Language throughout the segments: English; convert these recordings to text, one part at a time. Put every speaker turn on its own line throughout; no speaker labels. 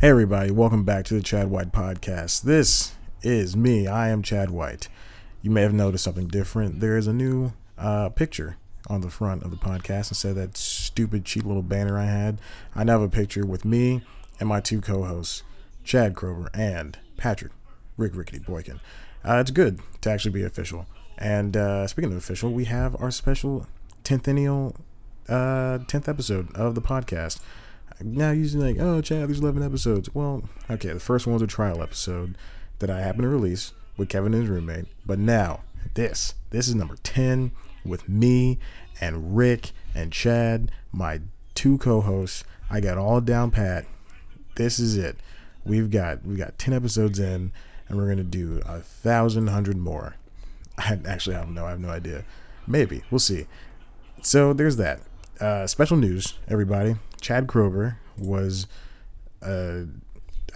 Hey, everybody, welcome back to the Chad White Podcast. This is me. I am Chad White. You may have noticed something different. There is a new uh, picture on the front of the podcast instead of that stupid, cheap little banner I had. I now have a picture with me and my two co hosts, Chad Krober and Patrick Rick Rickety Boykin. Uh, it's good to actually be official. And uh, speaking of official, we have our special 10th uh, 10th episode of the podcast now using like, oh, Chad, there's 11 episodes. Well, okay, the first one was a trial episode that I happened to release with Kevin and his roommate. But now, this, this is number 10 with me and Rick and Chad, my two co-hosts. I got all down pat. This is it. We've got we got 10 episodes in, and we're gonna do a thousand hundred more. I actually I don't know. I have no idea. Maybe we'll see. So there's that. Uh, special news, everybody. Chad Kroger was, uh,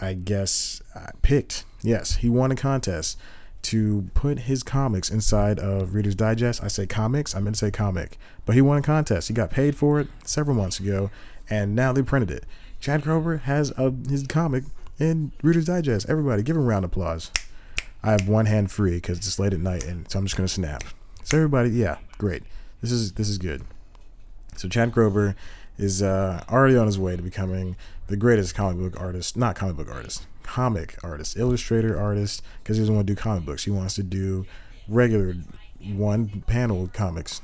I guess, uh, picked. Yes, he won a contest to put his comics inside of Reader's Digest. I say comics, I meant to say comic. But he won a contest. He got paid for it several months ago, and now they printed it. Chad Kroger has a, his comic in Reader's Digest. Everybody, give him a round of applause. I have one hand free because it's late at night, and so I'm just gonna snap. So everybody, yeah, great. This is this is good. So Chad Kroeber is uh, already on his way to becoming the greatest comic book artist, not comic book artist, comic artist, illustrator artist, because he doesn't want to do comic books. He wants to do regular one panel comics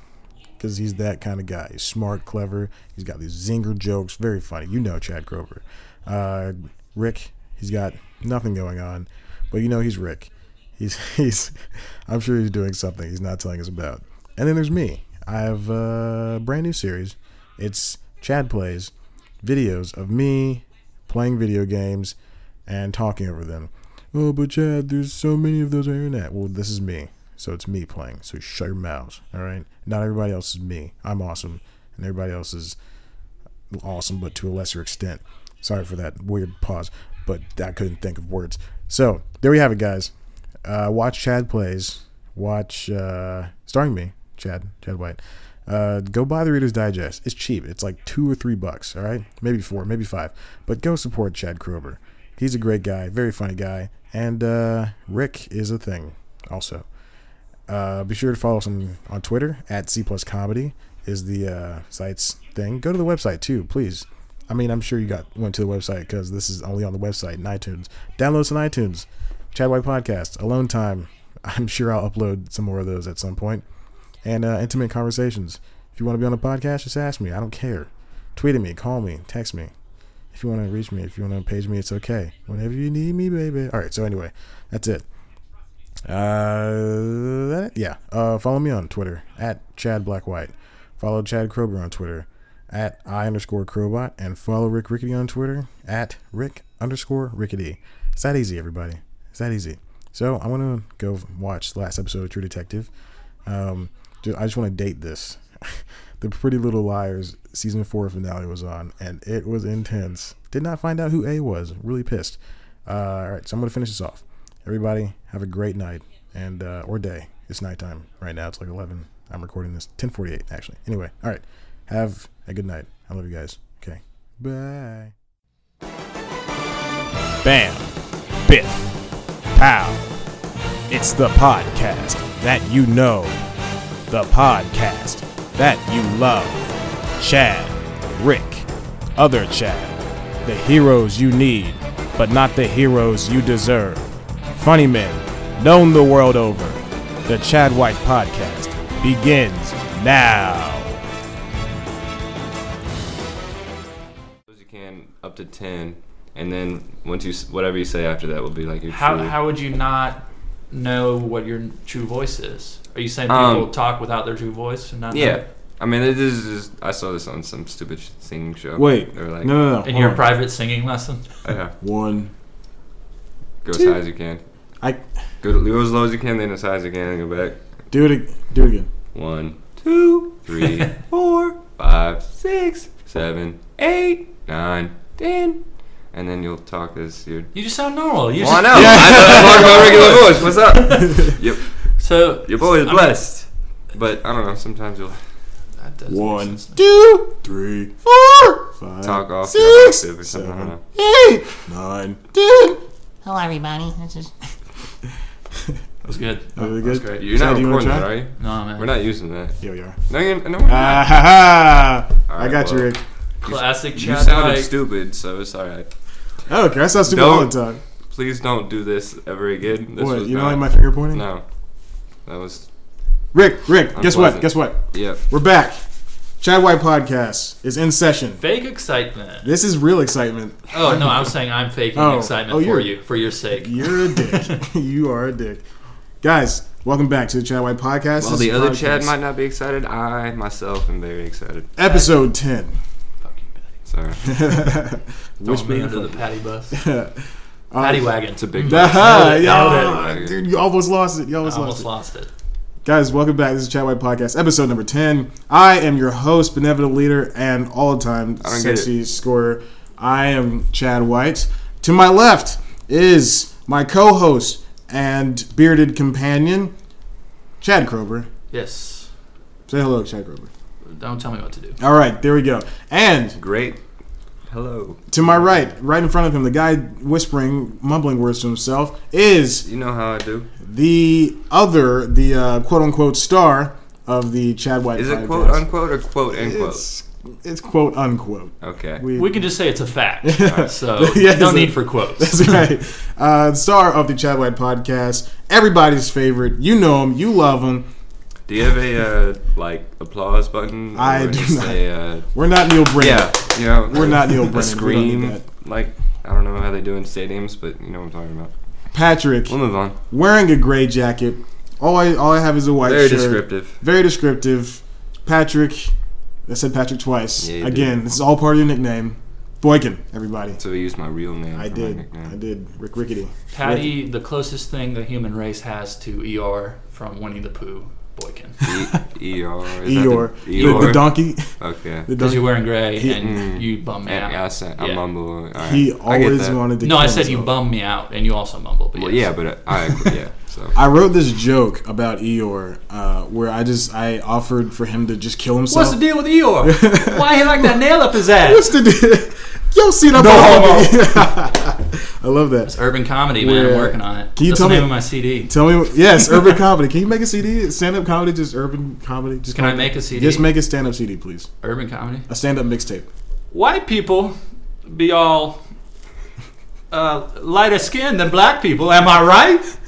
because he's that kind of guy. He's smart, clever. He's got these zinger jokes, very funny. You know Chad Kroeber. Uh, Rick, he's got nothing going on, but you know he's Rick. He's he's I'm sure he's doing something he's not telling us about. And then there's me. I have a brand new series. It's Chad plays videos of me playing video games and talking over them. Oh, but Chad, there's so many of those on the internet. Well, this is me. So it's me playing. So shut your mouths. All right. Not everybody else is me. I'm awesome. And everybody else is awesome, but to a lesser extent. Sorry for that weird pause, but I couldn't think of words. So there we have it, guys. Uh, watch Chad plays. Watch uh, starring me, Chad, Chad White. Uh, go buy the Reader's Digest. It's cheap. It's like two or three bucks. All right, maybe four, maybe five. But go support Chad Kroeber. He's a great guy, very funny guy, and uh, Rick is a thing also. Uh, be sure to follow us on, on Twitter at C plus comedy is the uh, site's thing. Go to the website too, please. I mean, I'm sure you got went to the website because this is only on the website and iTunes. Download us on iTunes. Chad White podcast, Alone Time. I'm sure I'll upload some more of those at some point. And uh, intimate conversations. If you want to be on the podcast, just ask me. I don't care. Tweet at me, call me, text me. If you want to reach me, if you want to page me, it's okay. Whenever you need me, baby. All right. So anyway, that's it. Uh, that- yeah. Uh, follow me on Twitter at Chad Black White. Follow Chad Krober on Twitter at I underscore Crowbot, and follow Rick Rickety on Twitter at Rick underscore Rickety. It's that easy, everybody. It's that easy. So I want to go watch the last episode of True Detective. Um, ju- I just want to date this. the Pretty Little Liars season four finale was on, and it was intense. Did not find out who A was. Really pissed. Uh, all right, so I'm gonna finish this off. Everybody, have a great night and uh, or day. It's nighttime right now. It's like 11. I'm recording this 10:48 actually. Anyway, all right. Have a good night. I love you guys. Okay. Bye.
Bam. Biff. Pow. It's the podcast that you know. The podcast that you love. Chad, Rick, other Chad. The heroes you need, but not the heroes you deserve. Funny men, known the world over. The Chad White Podcast begins now.
as you can up to 10 and then once you s- whatever you say after that will be like your
How,
true
how would you not know what your true voice is? Are you saying people
Um,
talk without their true voice and not? know?
yeah i mean this is just i saw this on some stupid sh- singing show
Wait.
they were like "Oh,
no, no.
In your private singing lesson,
yeah,
one.
go as high as you can
I
go, go as low as you can then as high as you can and go back
do it. Do it again.
one two three four five six seven eight nine ten and then you'll talk this your
you just sound normal. You
well, I
just,
know. I know. I'm talking about regular voice. What's up? Yep.
So
Your boy
I
is
mean,
blessed. But I don't know. Sometimes you'll.
that does make
One,
sense.
two, three, four, Five,
talk off
six,
your octave or something. I don't
seven,
know.
eight, nine, ten.
Hello, everybody. This is
That was good.
That was
that was
good.
great.
You're
Chad,
not
do you wanna
recording that,
try?
are you?
No, man.
We're not using that.
Yo, yo.
No, you're, no, we're not.
Ah, ha, ha. I
Alright,
got you,
well.
Rick.
Classic
You
Chad
sounded
Dyke.
stupid, so it's alright.
I don't care. I sound stupid
Don't-
all the time.
Please don't do this ever again. This
what?
was
You don't
not,
like my finger pointing?
No. That was.
Rick, Rick, guess what?
Unpleasant.
Guess what?
Yeah.
We're back. Chad White Podcast is in session.
Fake excitement.
This is real excitement.
Oh no, I'm saying I'm faking
Oh.
excitement
Oh,
for
you're-
you, for your sake.
You're a dick. you are a dick. Guys, welcome back to the Chad White Podcast.
While
This
the
is
other
podcast
Chad might not be excited, I myself am very excited.
Episode 10.
Fuck you, Patty.
Sorry.
Which
Don't me under the patty bus,
Uh,
patty wagon.
It's a big
Nah,
Nailed it,
yeah,
nailed it.
dude, you almost lost it. You
I
almost,
almost
lost,
lost it.
it. Guys, welcome back. This is Chad White Podcast, episode number 10. I am your host, benevolent leader, and all time
I don't get
sexy scorer. I am Chad White. To my left is my co host and bearded companion, Chad Krober.
Yes.
Say hello, Chad Krober.
Don't tell me what to do.
All right, there we go. And
Great. Hello.
To my right, right in front of him, the guy whispering, mumbling words to himself, is
You know how I do.
the other, the uh, quote unquote star of the Chad White
Is
podcast.
it quote unquote or quote end quote?
It's, it's quote unquote.
Okay.
We can just say it's a fact. So
Yeah,
no
so-
need for quotes.
That's right. Uh, star of the Chad White podcast, everybody's favorite. You know him, you love him.
Do you have a uh, like applause button? Or
I do
just
not.
A, uh,
We're not Neil Brennan.
yeah, you know,
We're not Neil Brennan.
a
We don't do
Scream,
that.
like I don't know how they do in stadiums, but you know what I'm talking about.
Patrick,
We'll move on.
wearing a gray jacket. All I all I have is a white
Very
shirt.
descriptive.
Very descriptive. Patrick. I said Patrick twice.
Yeah, you
Again, this is all part of your nickname. Boykin, everybody.
So we use my real name.
I
for my
did.
nickname.
I did. Rick Rickety.
Patty, the closest thing the human race has to ER from Winnie the Pooh, Boykin.
E- Eeyore. is that the-
Eeyore. The,
Eeyore.
the donkey.
Okay.
The
Because
donkey.
you're wearing gray
He- mm.
and you bum me
And I,
out.
said, I
Yeah.
mumble. all right.
He
I get
always
that.
wanted to
No, I
kill
said you
himself.
bum me out and you also mumble. But
Well,
yes.
yeah, but I agree. Yeah. So
I wrote this joke about Eeyore uh, where I just I offered for him to just kill himself.
What's the deal with Eeyore? Why he like that nail up his ass?
What's the deal? Yo, see that
No
motherfucker. I love that.
It's urban comedy, man.
Yeah.
I'm working on it.
Can you
That's
tell
the
me-
name of my CD.
Tell me, yes, urban comedy. Can you make a CD? Stand up comedy, just urban comedy. Just
Can I
comedy?
make a CD?
Just make a stand up CD, please.
urban comedy.
A stand up mixtape.
White people be all uh, lighter skinned than black people. Am I right?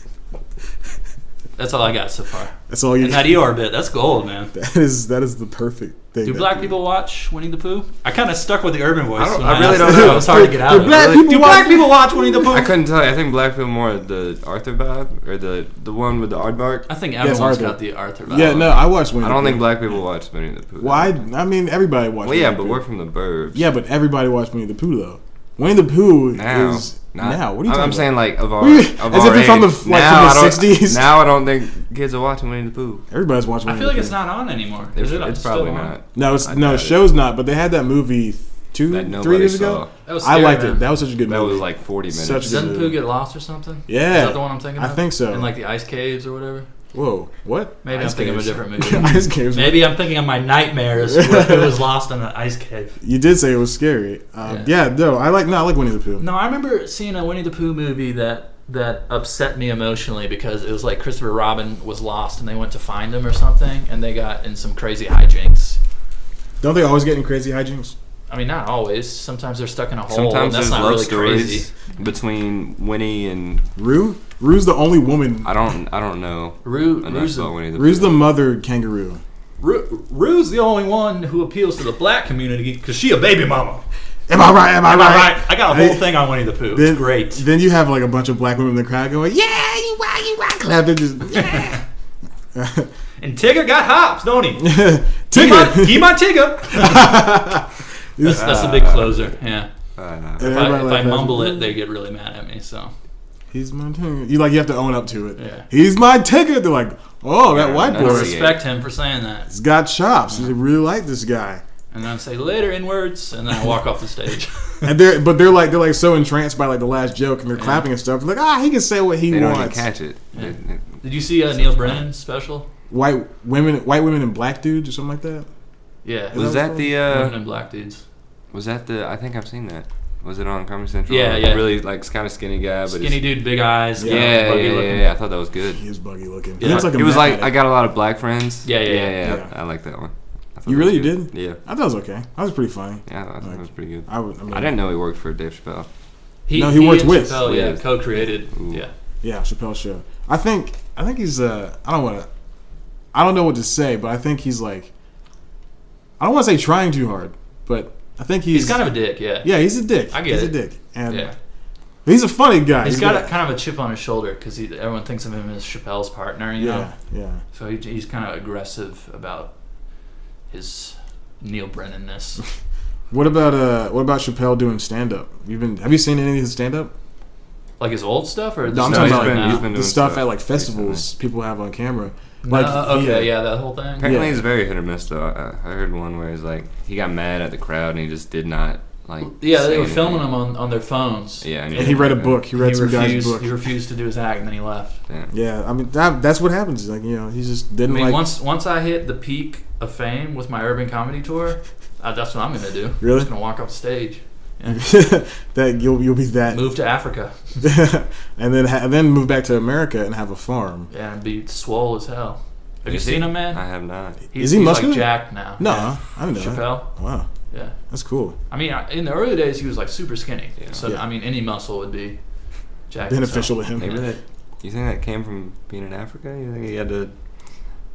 That's all I got so far.
That's all you.
And that Eeyore bit, that's gold, man.
that is that is the perfect thing.
Do
that-
black people watch Winnie the Pooh? I kind of stuck with the urban voice.
I don't-
when
I really
asked
don't
it,
know.
so It's hard to get out
Do
of
black
it.
Really?
people
Do
watch-
black people watch Winnie the Pooh?
I
I,
couldn't tell you. I think black people more the Arthur vibe or the the one with the aardvark.
think everyone's
Arthur.
got the Arthur vibe.
Yeah, no, I watched Winnie.
I don't
the
think
Pooh.
black people watch Winnie the Pooh.
Why? I mean, everybody watched.
Well, yeah,
Winnie the
but
Pooh.
we're from the burbs.
Yeah, but everybody watched Winnie the Pooh though. Winnie the Pooh
Now,
is
not-
now. What are you
I'm,
talking
I'm saying like of our,
What are you-
of
as
our
if it's from the-
age.
like, from the
I don't-
60s?
Now I don't think kids are watching Winnie the Pooh.
about? Everybody's watching.
I
Winnie
feel
the
like it's
Pooh.
not on anymore.
It's,
Is it?
it's
Still
probably
on?
not.
No, it's
I
no
doubt
it
it.
show's not. But they had that movie th-
That
two,
nobody
three years
saw.
ago.
That was
I
scary,
liked
man.
it. That was such a good
That
movie.
was like 40 minutes.
Such a
Doesn't
Yeah.
Pooh get lost or something? Is that the
yeah.
one I'm thinking
I
of?
think so.
In like the ice caves or whatever?
Whoa, what?
Maybe
Ice
I'm thinking
Caves.
of a different movie.
Ice Caves.
Maybe I'm thinking of my nightmares where Pooh was lost in an ice cave.
You did say it was scary. Um, yeah. no, I like no, I like Winnie the Pooh.
No, I remember seeing a Winnie the Pooh movie that that upset me emotionally because it was like Christopher Robin was lost and they went to find him or something and they got in some crazy hijinks.
Don't they always get in crazy hijinks?
I mean, not always. Sometimes they're stuck in a hole. and
Sometimes
that's
there's
not
love
really
stories
crazy.
between Winnie and
Rue, Rue's the only woman.
I don't I don't know.
Rue,
And I
Rue's,
saw Winnie the
Rue's
Pooh.
the mother kangaroo.
Rue, Rue's the only one who appeals to the black community because she a baby mama.
Am I right? Am I
Am
right?
I right? I got a
Hey,
whole thing on Winnie the Pooh.
Then,
It's great.
Then you have like a bunch of black women in the crowd going, "Yeah, you wow, you wow!" Clapping, just yeah.
And Tigger got hops, don't he? He my,
Tigger.
he my Tigger. that's, that's the big closer. Yeah.
Uh,
And
If I,
everybody
if
like
I
that.
mumble it, they get really mad at me. So
He's my tigger. You like you have to own up to it.
Yeah.
He's my tigger. They're like, "Oh, that
Yeah,
white
that's
I
boy
it.
respect him for saying that.
has got chops. They really like this guy."
And then I say later in words, and then I walk off the stage.
And they're but they're like they're like so entranced by like the last joke and they're clapping and stuff. Like ah, he can say what he
they don't even
wants.
catch it.
Yeah.
It- it-
Did you see uh, Neil Brennan special?
White women, white women and black dudes or something like that.
Yeah.
Is
Was that the
Women
uh,
and black dudes.
Was that the? I think I've seen that. Was it on Comedy Central?
Yeah,
The
yeah.
Really like kind of skinny guy, but
Skinny
it's,
dude, big eyes.
Yeah,
kind of
yeah,
buggy
yeah,
looking.
yeah, I thought that was good.
He is buggy looking.
Yeah.
He looks like a
it was
mad-
like I got a lot of black friends.
Yeah, yeah, yeah.
yeah.
Yeah.
I, I like that one. I thought
You
that was
really
good.
did?
Yeah,
I thought it was okay. I was pretty funny.
yeah. I thought
Like-
that was pretty good.
I, would, I, mean,
I didn't know he worked for Dave Chappelle.
He,
No, he works
and
with.
Chappelle, yeah,
With.
co-created.
Ooh.
Yeah.
Yeah, Chappelle show. I think I think he's uh I don't want to I don't know what to say, but I think he's like I don't want to say trying too hard, but I think he's,
He's kind of a dick. Yeah.
yeah he's a dick.
I get
he's
it.
a dick, and
Yeah.
he's a funny guy.
He's got a, kind of a chip on his shoulder because everyone thinks of him as Chappelle's partner. You know.
yeah yeah
So he, he's kind of aggressive about his Neil Brennan-ness.
What about uh what about Chappelle doing stand up? You've been have you seen any of his stand up?
like his old stuff or
No, I'm
the
talking
stuff
about like,
he's in
he's
now?
been
The
doing
stuff
stuff
at like festivals people have on camera.
No,
Like he, uh,
okay, yeah, that whole thing.
Apparently,
Yeah.
he's very hit or miss though. I, I heard one where he's like he got mad at the crowd and he just did not like.
Yeah, they
say
were filming
anything.
him on, on their phones.
Yeah,
And he read a book. He read
he
some guy's
refused.
book.
He refused to do his act, and then he left.
Yeah.
Yeah, I mean that, that's what happens. Like you know, he just
I
didn't
mean,
like
once once I hit the peak of fame with my urban comedy tour, uh, that's what I'm gonna do.
Really?
I'm just gonna walk off the stage,
that. You'll you'll be that,
move to Africa,
and then ha- and then move back to America and have a farm.
and be swole as hell. Have
Is
you
he?
seen him, man?
I have not.
he's,
Is he
he's
muscular?
like jacked now.
No,
Yeah.
I didn't know that.
Chappelle.
Wow,
Yeah.
that's cool.
I mean, I- in the early days, he was like super skinny.
Yeah.
So
Yeah.
I mean, any muscle would be jacked.
Beneficial
so-
to him.
Maybe that. You think that came from being in Africa? You think he had to,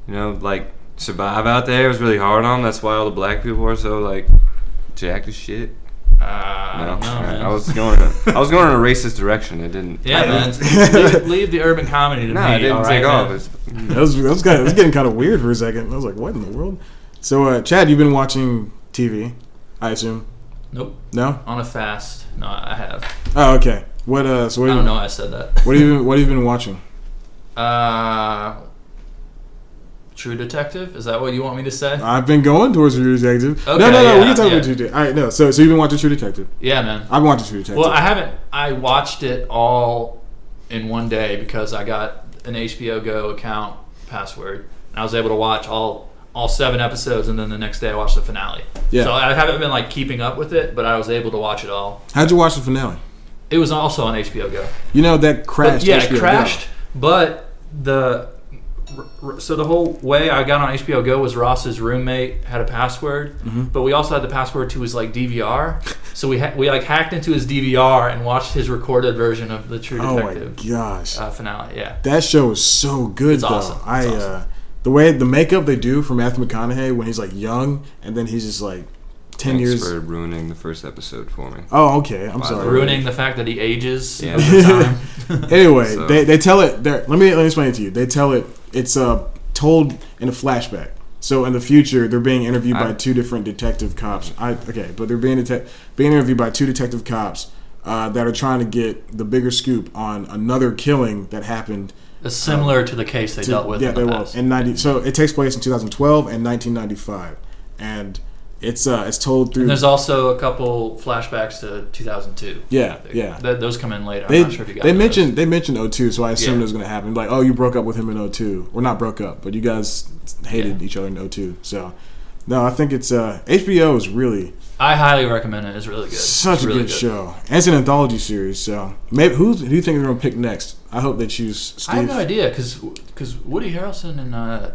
you know, like survive out there? It was really hard on him. That's why all the black people are so like jacked as shit.
Uh, I don't know,
All right,
man.
I was going. In a, I was going in a racist direction. It didn't.
Yeah,
I
man.
don't-
leave, it- leave the urban comedy to
No,
me.
it didn't
all
take
right,
off.
man?
It's,
That was that was, kind of, was getting kind of weird for a second. I was like, what in the world? So, uh, Chad, you've been watching TV, I assume.
Nope.
No.
On a fast. No, I have.
Oh, okay. What? Uh, so what?
I don't
have you-
know. why I said that.
What have you been, What have you been watching?
Uh, True Detective. Is that what you want me to say?
I've been going towards True Detective. no, no,
Okay,
no. we
yeah,
can talk
yeah.
about True Detective. All right, no. So, so you've been watching True Detective.
yeah, man.
I've been watching True Detective.
Well, I haven't. I watched it all in one day because I got an HBO Go account password, and I was able to watch all all seven episodes, and then the next day I watched the finale.
Yeah.
So I haven't been like keeping up with it, but I was able to watch it all.
How'd you watch the finale?
It was also on HBO Go.
You know that crashed.
But yeah,
HBO
it
Go.
crashed. But the r- r- so the whole way I got on HBO Go was Ross's roommate had a password,
Mm-hmm.
but we also had the password to his like DVR. So we ha- we like hacked into his DVR and watched his recorded version of the True
Oh my
Detective
gosh,
uh, finale. Yeah,
that show is so good though.
awesome. It's
I uh, the way the makeup they do for Matthew McConaughey when he's like young and then he's just like ten
thanks
years.
for ruining the first episode for me.
Oh, okay. I'm sorry.
ruining the fact that he ages.
Yeah.
over time.
Anyway,
So-
they, they tell it. There, let me let me explain it to you. They tell it. It's uh, told in a flashback. So in the future, they're being interviewed by
I-
two different detective cops. I okay, but they're being detec- being interviewed by two detective cops uh, that are trying to get the bigger scoop on another killing that happened.
It's similar to the case they
to-
dealt with.
yeah,
in the
they
past.
will. In ninety, so it takes place in 2012 and 1995, and it's uh, it's told through.
And there's also a couple flashbacks to 2002.
yeah,
They-
yeah.
th- those come in later.
They,
I'm not sure if you got
they
those.
mentioned they mentioned O2, so I assumed
Yeah.
it was going to happen. Like, oh, you broke up with him in O2, or not broke up, but you guys hated each other in O2. So, no, I think it's uh, HBO is really
I highly recommend it. It's really good.
such
It's
a
really
good, show. And it's an anthology series, so maybe who who do you think they're going to pick next? I hope they choose Steve.
I have no idea because Woody Harrelson and uh,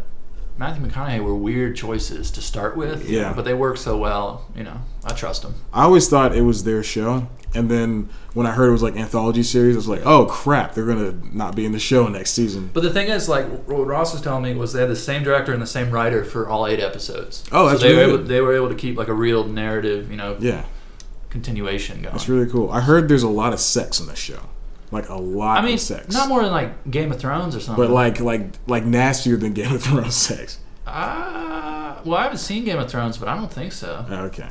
Matthew McConaughey were weird choices to start with.
Yeah.
But they work so well, you know. I trust them.
I always thought it was their show, and then when I heard it was like anthology series, I was like, oh crap, they're going to not be in the show next season.
But the thing is, like what Ross was telling me was they had the same director and the same writer for all eight episodes.
Oh, that's
so they
really
were able,
good.
they were able to keep like a real narrative, you know,
Yeah,
continuation going.
it's really cool. I heard there's a lot of sex in this show, like a lot
I mean,
of sex.
not more than like Game of Thrones or something.
but like like like nastier than Game of Thrones sex.
uh, well, I haven't seen Game of Thrones, but I don't think so.
Okay,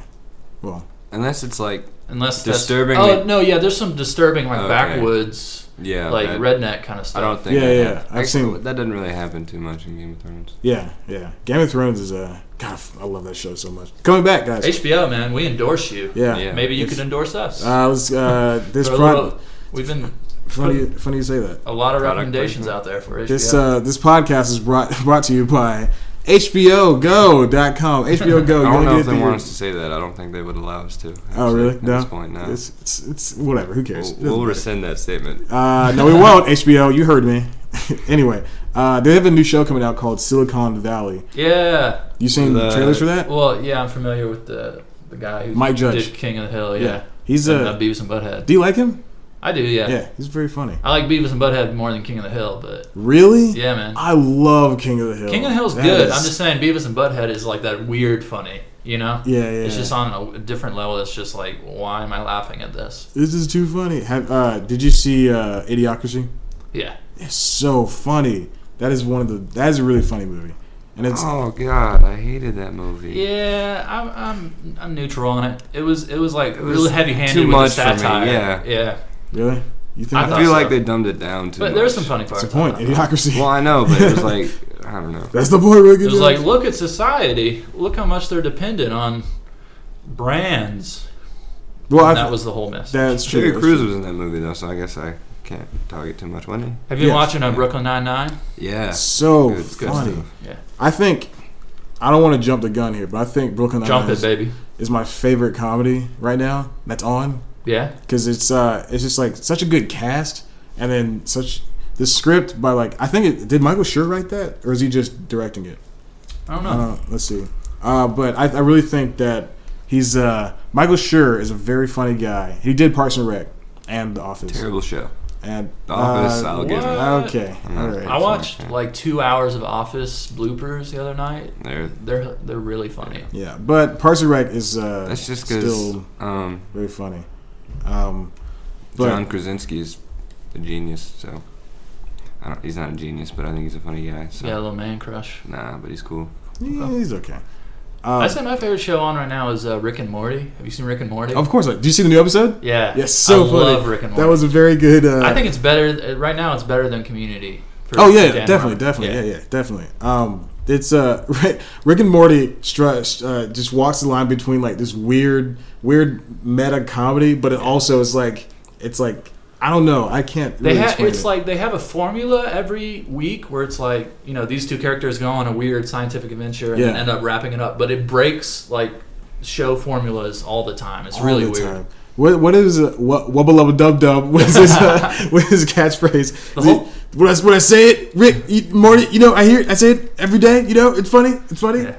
well,
Unless it's like
Unless that's-
Disturbingly-
Oh no, yeah, there's some disturbing like
Okay.
backwoods,
yeah,
like
that-
redneck kind of stuff.
I don't think.
Yeah,
that
yeah,
happened.
I've
Actually,
seen-
that doesn't really happen too much in Game of Thrones.
yeah, yeah. Game of Thrones is a God. I love that show so much. Coming back, guys.
HBO, man, we endorse you.
yeah.
Yeah.
Maybe you
It's-
could endorse us.
Uh, was uh, this
Throw a
pro-
little- we've been
funny. Funny you say that.
a lot of
Product
recommendations
placement.
uh,
out there for HBO.
This uh, this podcast is brought brought to you by HBO Go.com. HBO Go. Oh,
I
You
don't
wanna
know
get
if they
the-
want us to say that. I don't think they would allow us to.
Oh, really?
At
no.
this point, no.
It's, it's, it's whatever. Who cares? It
We'll,
doesn't
we'll
matter.
rescind that statement.
Uh, no, we won't. HBO, you heard me. anyway, uh, they have a new show coming out called Silicon Valley.
Yeah.
You seen the
The-
trailers for that?
Well, yeah, I'm familiar with the the guy who
Mike Judge.
did King of the Hill. Yeah.
He's
And, uh,
a.
Beavis and Butthead.
Do you like him?
I do, yeah.
Yeah, he's very funny.
I like Beavis and Butthead more than King of the Hill, but
Really?
yeah, man.
I love King of the Hill.
King of the Hill's
That
good.
is-
I'm just saying Beavis and Butthead is like that weird funny, you know?
Yeah, yeah.
It's just
yeah.
on a different level. It's just like, why am I laughing at this?
This is too funny. Have uh, did you see uh, Idiocracy?
Yeah.
It's so funny. That is one of the. That is a really funny movie, and it's
Oh God, I hated that movie.
Yeah, I'm I'm I'm neutral on it. It was it was like
was
really heavy handed
too
with
much
the
for me,
satire.
yeah.
yeah.
really. You think
I
I
thought
feel
so.
like they dumbed it down too
But
much.
there's some funny parts.
that's the point? Idiocracy.
Well, I know, but it was like I don't know.
that's the point. Ricky.
It was like, look at society. Look how much they're dependent on brands.
well,
and
I-
that was the whole mess.
that's true.
Terry
that's
Crews
true.
was in that movie though, so I guess I can't target too much, wasn't
Have you been
Yes.
watching uh, Brooklyn Nine Nine?
he? Yeah.
so
Good- good
funny.
stuff.
Yeah.
I think I don't want to jump the gun here, but I think Brooklyn
Jump
Nine
it,
is,
baby.
is my favorite comedy right now. That's on
Yeah.
because it's uh it's just like such a good cast, and then such the script by like I think it did Michael Schur write that or is he just directing it?
I don't know.
I don't. Let's see. Uh, but I, I really think that he's uh Michael Schur is a very funny guy. He did Parks and Rec and The Office
Terrible show.
and
The Office,
uh,
I'll give it.
What?
Okay,
Mm.
all right.
I watched
funny.
like two hours of Office bloopers the other night.
There.
They're they're really funny.
Yeah, but Parks and Rec is uh,
That's just because
still
um,
very funny. Um, but
John Krasinski's a genius, so I don't, he's not a genius, but I think he's a funny guy. So.
Yeah, little man crush.
Nah, but he's cool.
yeah, he's okay.
I
Uh,
say my favorite show on right now is uh, Rick and Morty. Have you seen Rick and Morty?
of course, like, do you see the new episode?
Yeah.
Yes, so
I
funny.
love Rick and Morty.
That was a very good. Uh,
I think it's better right now. It's better than Community. for
Oh yeah,
Dan
definitely,
Harmon.
definitely, yeah. yeah, definitely. Um, it's uh, Rick and Morty str- uh, just walks the line between like this weird, weird meta comedy, but it also is like it's like I don't know, I can't.
They
really
ha-
explain
it's
it.
like they have a formula every week where it's like you know these two characters go on a weird scientific adventure and
Yeah.
end up wrapping it up, but it breaks like show formulas all the time. It's
All
really
the
weird.
time. What what is uh, what wubba lubba dub dub? What's his uh, what's his catchphrase?
The
Is it-
whole-
when I when I say it, Rick you, Morty, you know I hear it, I say it every day. You know it's funny, it's funny.
Yeah.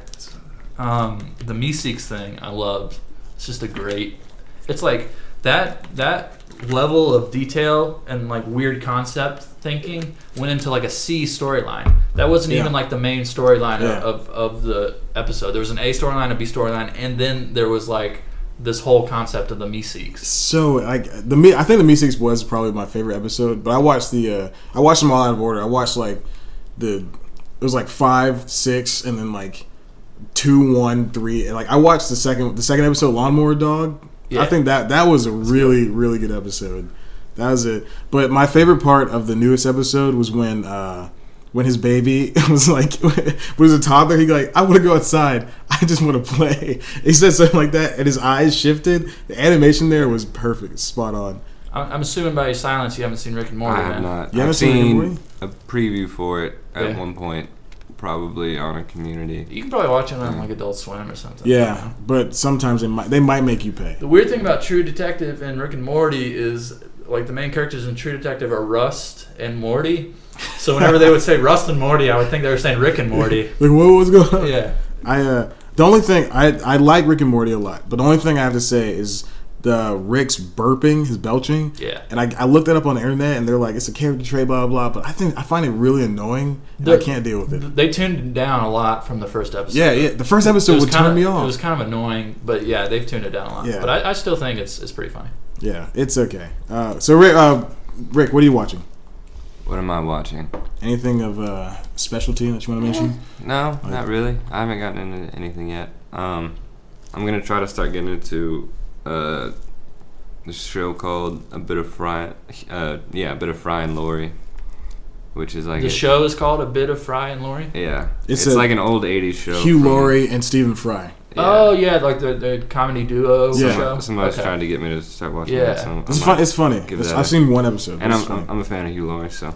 Um, the Meeseeks thing I loved. It's just a great. It's like that that level of detail and like weird concept thinking went into like a C storyline. That wasn't
Yeah.
even like the main storyline
Yeah.
of, of the episode. There was an A storyline, a B storyline, and then there was like this whole concept of the Meeseeks.
So like the me, I think the Me Six was probably my favorite episode. But I watched the uh, I watched them all out of order. I watched like the it was like five, six, and then like two, one, three. And like I watched the second the second episode, Lawnmower Dog. I
Yeah.
think that that was a really really good episode. That was it. But my favorite part of the newest episode was when. uh when his baby was like was a toddler, he like, I want to go outside. I just want to play. He said something like that, and his eyes shifted. The animation there was perfect, spot on.
I'm, I'm assuming by your silence you haven't seen Rick and Morty.
I have
man.
not.
You haven't
I've
seen Rick and
seen a preview for it at
Yeah.
one point, probably on a community.
You can probably watch it on like Adult Swim or something.
Yeah, but sometimes they might they might make you pay.
The weird thing about True Detective and Rick and Morty is like the main characters in True Detective are Rust and Morty. So whenever they would say Rust and Morty, I would think they were saying Rick and Morty.
Like what was going on?
Yeah.
I uh, the only thing I I like Rick and Morty a lot, but the only thing I have to say is the Rick's burping, his belching.
Yeah.
And I, I looked it up on the internet, and they're like, it's a character trait, blah blah. blah. But I think I find it really annoying. and I
The-
can't deal with it.
They tuned down a lot from the first episode.
yeah, yeah. The first episode would
kind
turn
of,
me off.
It was kind of annoying, but yeah, they've tuned it down a lot.
Yeah.
But I, I still think it's it's pretty funny.
Yeah, it's okay. Uh, so, Rick, uh, Rick, what are you watching?
What am I watching?
Anything of uh, specialty that you want to mention?
No,
Like-
not really. I haven't gotten into anything yet. Um, I'm gonna try to start getting into uh, this show called A Bit of Fry. Uh, yeah, A Bit of Fry and Lori, which is like
The
a-
show is called A Bit of Fry and Laurie.
Yeah,
It's
it's,
a-
like an old '80s show.
Hugh
from-
Laurie and Stephen Fry.
Yeah.
Oh yeah, like the, the comedy duo
Yeah.
show.
Somebody's
Okay.
trying to get me to start watching
Yeah.
that. So I'm
It's
not-
fun. It's funny.
give
It's-
that
I've
a-
seen one episode. but
And
it's
I'm,
funny.
I'm a fan of Hugh Laurie, so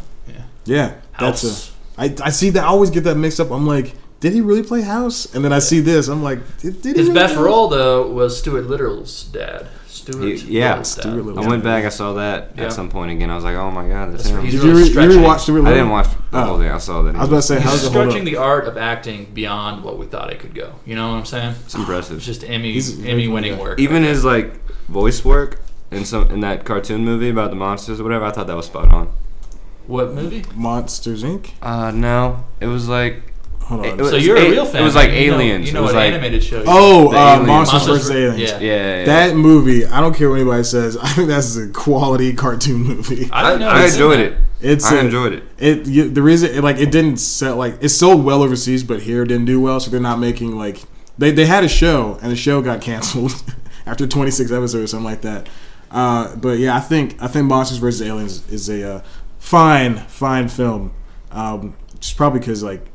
yeah, that's
House.
a. I I see that. I always get that mixed up. I'm like, did he really play house? And then I see this. I'm like, did, did he
His
really
best
play House?
role though was Stuart Little's dad. Stuart.
He- yeah,
Little's dad.
Stuart Little.
I went back. I saw that
Yeah.
at some point again. I was like, oh my god, that's,
That's
him.
right, he's
Did
really
you, re- you
stretching.
rewatch the real?
I didn't watch the
Oh.
whole thing. I saw that.
I was about to say,
He's
how's it hold up?
stretching the art of acting beyond what we thought it could go. You know what I'm saying?
it's impressive.
It's just Emmy
He's-
Emmy winning work.
Even his like voice work in some in that cartoon movie about the monsters or whatever, I thought that was spot on.
what movie?
Monsters Inc.
Uh, no, it was like
Hold
It
on.
was-
So you're a
a-
real fan.
it was like
you know-
Aliens.
You
It
know
was
what
like-
animated show? you-
oh,
the
uh,
Alien.
Monsters vs.
Monsters vs.
Aliens.
Yeah.
yeah, yeah, yeah.
That movie, I don't care what anybody says. I think that's a quality cartoon movie.
I
I,
didn't know.
I
was in
enjoyed
that.
it.
It's
I
a-
enjoyed it.
It you, the reason it, like it didn't sell like it sold well overseas, but here it didn't do well. So they're not making like they they had a show and the show got canceled after 26 episodes or something like that. Uh, but yeah, I think I think Monsters vs Aliens is a uh, fine fine film. Um, just probably because like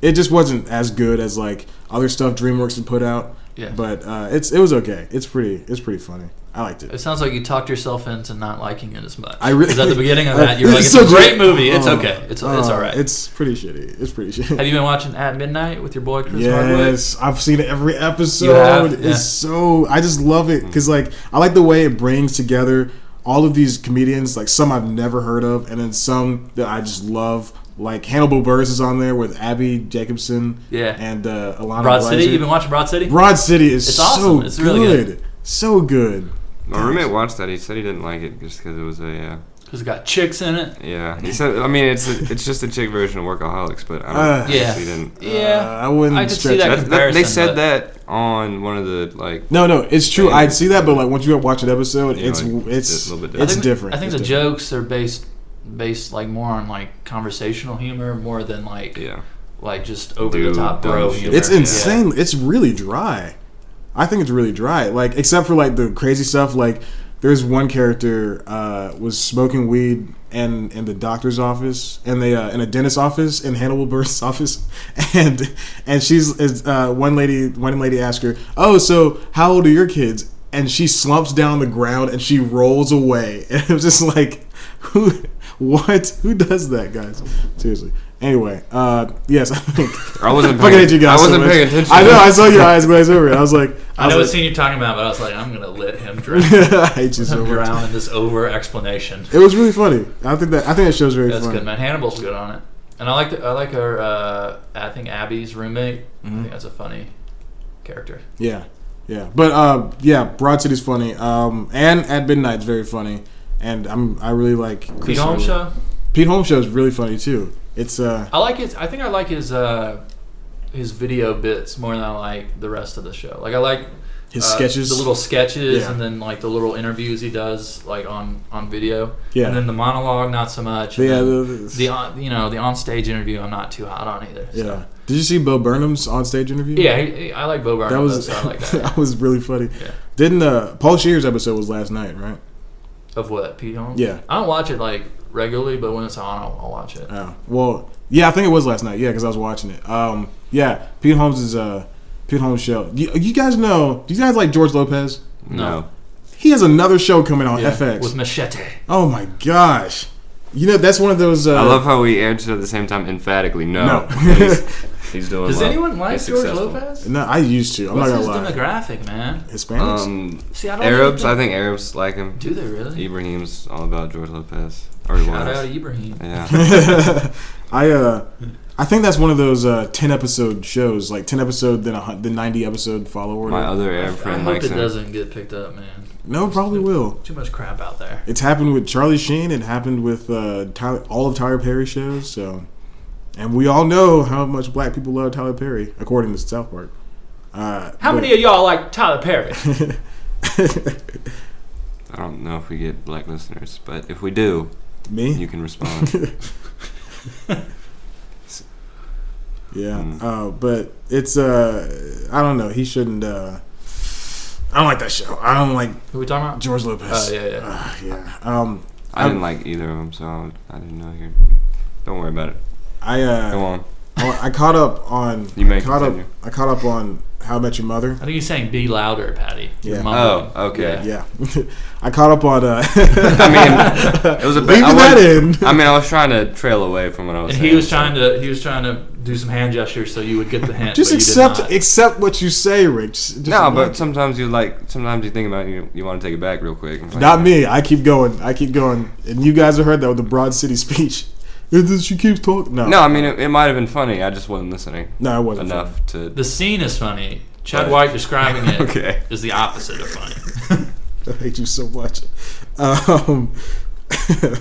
it just wasn't as good as like other stuff DreamWorks had put out.
Yeah.
But uh, it's it was okay. It's pretty it's pretty funny. I liked it.
It sounds like you talked yourself into not liking it as much.
I really-
Because at the beginning of that, you were like,
It's
"It's
so
a great
good.
movie. It's
Oh,
okay. It's
Uh,
it's all right."
It's pretty shitty. It's pretty shitty.
Have you been watching At Midnight with your boy Chris Hardwick?
Yes, I've seen every episode.
You have?
It's
Yeah.
so I just love it because like I like the way it brings together all of these comedians, like some I've never heard of, and then some that I just love. Like Hannibal Buress is on there with Abby Jacobson,
Yeah.
and uh, Alana
Broad City.
Glazer.
You been watching Broad City?
Broad City is
It's
so
awesome. It's really
good. so good.
My roommate watched that. He said he didn't like it just because it was a uh,
Because it got chicks in it.
yeah. He said, I mean, it's a, it's just a chick version of Workaholics, but I don't.
Uh,
Yeah.
He didn't.
Yeah.
Uh, I wouldn't
I could see
stretch
that
it.
That- that- they
comparison,
said
but-
that on one of the like.
No, no, it's true.
Yeah.
I'd see that, but like once you watch an episode,
Yeah,
it's
like,
it's
it's a little bit
it's
I think,
different.
I think
It's
the
different.
jokes are based based like more on like conversational humor more than like
Yeah.
like just over
Dude,
the top
dumb
bro
shit.
humor.
It's
Yeah.
insane. It's really dry. I think it's really dry. Like except for like the crazy stuff. Like there's one character uh, was smoking weed and in the doctor's office and they uh, in a dentist's office in Hannibal Buress' office and and she's is, uh, one lady one lady asked her oh so how old are your kids and she slumps down on the ground and she rolls away and I'm just like who what who does that guys seriously anyway uh yes I think
I wasn't
Fucking
paying-
hate you guys.
I wasn't
so much.
paying attention.
I know. I saw your eyes glaze over. it. I was like,
I
was
know what
like,
scene you're talking about, but I was like, I'm gonna let him drown,
I hate you so much.
drown in this over explanation.
It was really funny. I think that I think that show's very
That's
funny.
good, man. Hannibal's good on it, and I like the, I like her. Uh, I think Abby's roommate.
Mm-hmm.
I think that's a funny character.
Yeah, yeah. But uh, yeah, Broad City's funny. Um, and at midnight's very funny. And I'm I really like
Pete
Chris
Holmes
Hardwick.
show. Oh,
Pete Holmes show is really funny too. It's uh,
I like his. I think I like his uh, his video bits more than I like the rest of the show. Like I like
His
uh,
sketches?
the little sketches,
Yeah.
and then like the little interviews he does, like on on video.
Yeah.
And then the monologue, not so much.
yeah,
And
the,
then the on, you know the on stage interview, I'm not too hot on either. So.
yeah. Did you see Bo Burnham's onstage interview?
Yeah, he, he- I like Bo Burnham.
that was
though, so I like that.
that was really funny.
Yeah.
Didn't uh, Paul Shear's episode was last night, right?
Of what Pete Holmes?
Yeah.
I don't watch it like regularly, but when it's on, I'll, I'll watch it.
Oh well, yeah, I think it was last night. Yeah, because I was watching it. Um, yeah, Pete Holmes is uh, Pete Holmes show. You, you guys know? Do you guys like George Lopez?
No.
He has another show coming on
Yeah,
FX.
with Machete.
oh my gosh, you know that's one of those. Uh,
I love how we answered at the same time emphatically. No.
No.
he's, he's doing.
Does
well.
anyone like
Oh, He's
George
successful.
Lopez?
No, I used to. I'm
What's
not
his
gonna lie.
demographic, man?
Hispanics.
Um,
See, I don't even
Arabs.
know-
I think Arabs like him.
Do they really?
Ibrahim's all about George Lopez. Or he
Shout out
was.
Ibrahim.
Yeah. Um,
I uh, I think that's one of those uh, ten episode shows, like ten episode then a hun- then ninety episode follow order.
My other Arab
I
friend
hope
likes
it
him.
doesn't get picked up, man.
no, probably will.
Too much crap out there.
It's happened with Charlie Sheen. It happened with uh, Tyler, all of Tyler Perry shows. So, and we all know how much black people love Tyler Perry, according to South Park. Uh,
How
but-
many of y'all like Tyler Perry?
I don't know if we get black listeners, but if we do,
Me?
you can respond.
Yeah.
Mm.
Uh, but it's uh, I don't know. He shouldn't. Uh, I don't like that show. I don't like
Who we talking about?
George Lopez.
Oh, yeah, yeah.
Uh, yeah. Um,
I didn't like either of them, so I didn't know here. Don't worry about it.
I uh,
Go on.
I I caught up on.
You may
caught
continue.
up. I caught up on How I Met Your Mother.
I think he's saying be louder, Patty. You're
Yeah.
mumbling.
Oh, okay.
Yeah, I caught up on. Uh,
I mean, it was a. ba-
Leaving
I
that
wasn't-
in.
I mean, I was trying to trail away from what I was.
And
saying,
he was
so-
trying to he was trying to do some hand gestures so you would get the hint.
Just
but you did
accept
not.
accept what you say, Rich. Just
No,
like-
but sometimes you like. Sometimes you think about it, you you want to take it back real quick. Like,
Not me. I keep going. I keep going. And you guys have heard that with the Broad City speech. Is this- She keeps talking. No.
No, I mean it, it might have been funny. I just wasn't listening
No, it wasn't.
enough to.
The scene is funny. Chad
Right.
White describing it is
Oh. Okay.
the opposite of funny.
I hate you so much. Um,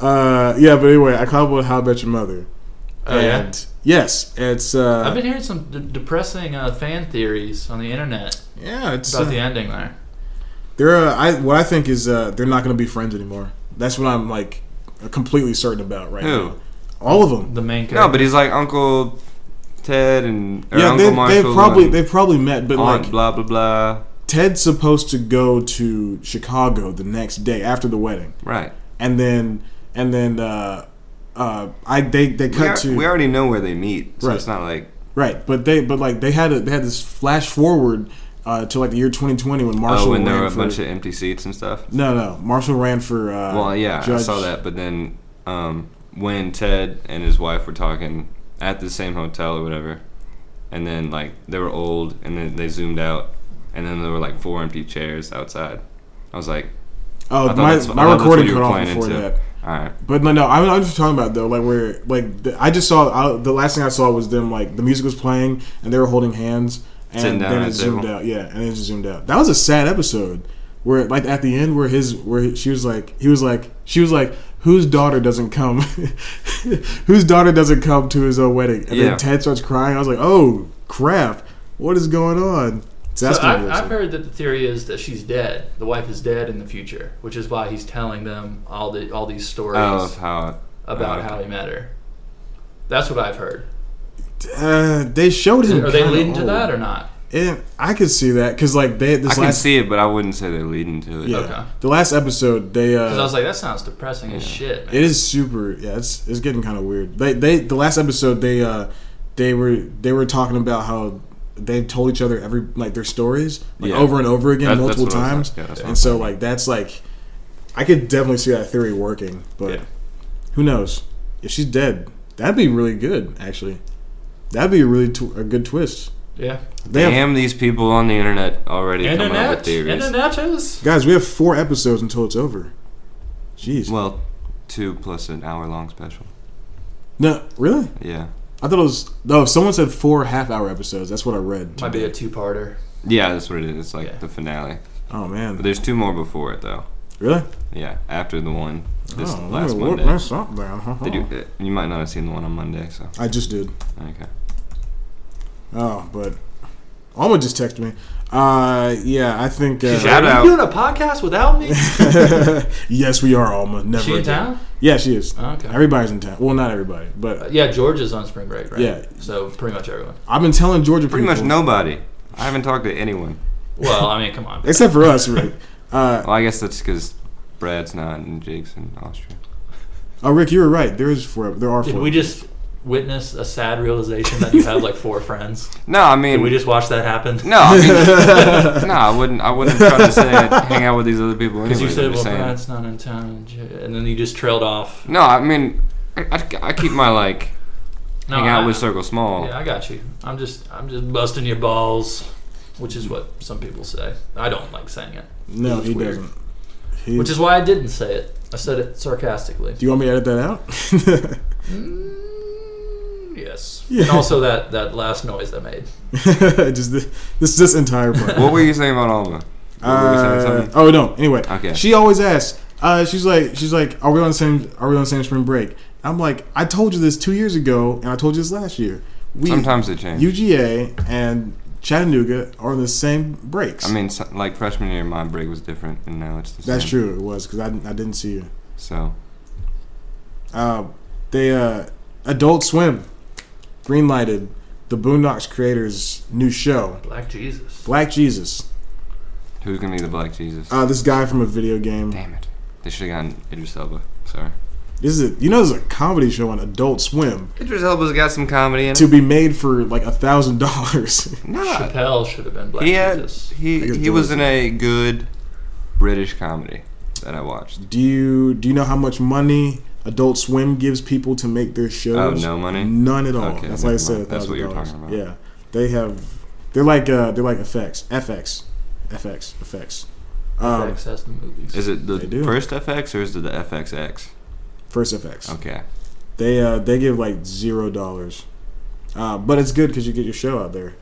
uh, yeah, but anyway, I called about How I Met Your Mother.
Oh, yeah?
And yes, it's. Uh,
I've been hearing some d- depressing uh, fan theories on the internet
yeah, it's.
about
uh,
the ending there.
They're uh, I what I think is uh, they're not going to be friends anymore. That's what I'm like completely certain about right
Who?
now. All of them.
The main character.
No, but he's like Uncle Ted and or
yeah,
Uncle
they,
Marshall.
they've probably
and
they've probably met, but
Aunt
like
blah blah blah.
Ted's supposed to go to Chicago the next day after the wedding,
Right.
and then and then uh, uh, I they they
We,
cut
are,
to
we already know where they meet, so
Right.
it's not like
right, but they but like they had a, they had this flash forward uh, to like the year 2020 when Marshall
oh, when there
ran
were a
for
bunch of empty seats and stuff.
no no Marshall ran for uh,
well, yeah, I
judge.
saw that, but then um, when Ted and his wife were talking at the same hotel or whatever, and then like they were old, and then they zoomed out, and then there were like four empty chairs outside. I was like, I
Oh,
thought
my,
that's- I thought
my
that's what
recording
you
cut
were
off
playing
before
into.
that.
all right,
But no, no, I'm, I'm just talking about though, like where, like the, I just saw I, the last thing I saw was them like the music was playing and they were holding hands
Sitting
and
down
then
at
it
a
zoomed
table.
out, yeah, and then it just zoomed out. That was a sad episode where, like, at the end where his where he- she was like, he was like, she was like, whose daughter doesn't come, whose daughter doesn't come to his own wedding, and
Yeah.
then Ted starts crying. I was like, oh crap, what is going on? So that's
so
gonna be
I've, I've
awesome.
heard that the theory is that she's dead. The wife is dead in the future, which is why he's telling them all the all these stories
oh, of how
about
oh,
how
okay.
he met her. That's what I've heard.
uh, they showed him.
Are they
kinda
leading to
old.
that or not?
And I could see that because like they this
I can
last
see it, but I wouldn't say they're leading to it.
Yeah.
Okay.
The last episode, they
Because I
uh,
was like, that sounds depressing as shit. Man.
it is super. Yeah, it's it's getting kind of weird. They they the last episode they uh, they were they were talking about how they told each other every like their stories like
Yeah.
over and over again
That- that's
multiple
what I was-
times,
yeah, that's what I
and
was
so like that's like, I could definitely see that theory working, but
Yeah.
who knows if she's dead? That'd be really good, actually. That'd be a really tw- a good twist.
Yeah.
They have-
Damn, these people on the internet already coming up with
Internet.
theories.
Internet is.
guys, we have four episodes until it's over. Jeez.
Well, two plus an hour long special.
No, really?
Yeah.
I thought it was no. Someone said four half-hour episodes. That's what I read.
Might be a two-parter.
Yeah, that's what it is. It's like
Yeah.
the finale.
Oh
But
man,
there's two more before it, though.
really?
Yeah, after the one this
oh,
last
let me look
Monday.
this up then. Huh, huh.
Did you, uh, you might not have seen the one on Monday, so.
I just did.
Okay.
Oh, but Alma just texted me. Uh, yeah, I think. Uh,
Shout
Are
out.
you doing a podcast without me?
yes, we are Alma. Never.
she in
again.
town?
Yeah, she is.
Okay. Uh,
Everybody's in town. Well, not everybody, but
Yeah, George is on spring break, right?
Yeah.
So pretty much everyone.
I've been telling Georgia
Pretty much
people-
nobody. I haven't talked to anyone.
Well, I mean, come on.
except for us, right? Uh,
Well, I guess that's because Brad's not and Jake's in Austria.
oh, Rick, you were right. There is four. There are
Did
four.
we just witness a sad realization that you have like four friends?
No, I mean.
Did we just watch that happen?
no, I mean, no, I wouldn't. I wouldn't try to say I'd hang out with these other people.
Because
Anyways,
you
I'm
said,
just
well,
saying.
Brad's not in town, J- and then you just trailed off.
No, I mean, I, I, I keep my like
No,
hang out
I-
with circle small.
Yeah, I got you. I'm just, I'm just busting your balls, which is what some people say. I don't like saying it,
No,
It's
he
weird.
doesn't. He,
which is why I didn't say it. I said it sarcastically.
do you want me to edit that out?
Mm, yes.
Yeah.
And also that that last noise I made.
just the, this this entire part.
What were you saying about Alma? What were you saying
Uh,
something?
oh no. Anyway,
Okay.
She always asks. Uh, she's like, she's like, are we on the same? Are we on the same spring break? I'm like, I told you this two years ago, and I told you this last year. We
Sometimes they change.
UGA and Chattanooga are on the same breaks.
I mean, so- like freshman year, my break was different, and now it's the same.
that's true. It was because I, didn't- I didn't see you.
So
Uh, they uh, Adult Swim greenlighted the Boondocks creators' new show,
Black Jesus.
Black Jesus.
who's gonna be the Black Jesus?
Uh, this guy from a video game.
Damn it! They should have gotten Idris Elba. Sorry.
This is a, you know, this is a comedy show on Adult Swim.
Idris Elba's got some comedy in
to be made for like a thousand dollars.
No,
Chappelle should have been Black
he had
Jesus.
I guess
he he
it
was
was-
in a good British comedy that I watched.
Do you do you know how much money Adult Swim gives people to make their
Oh,
shows.
no money.
None at all.
Okay,
that's why I
never
said
mind. That's what you're
$1,000.
talking about.
Yeah, they have. They're like uh, they're like FX, FX, FX, FX. Um,
FX has the movies.
Is it the
They do.
first FX or is it the FXX?
First FX.
Okay.
They uh, they give like zero dollars, uh, but it's good because you get your show out there.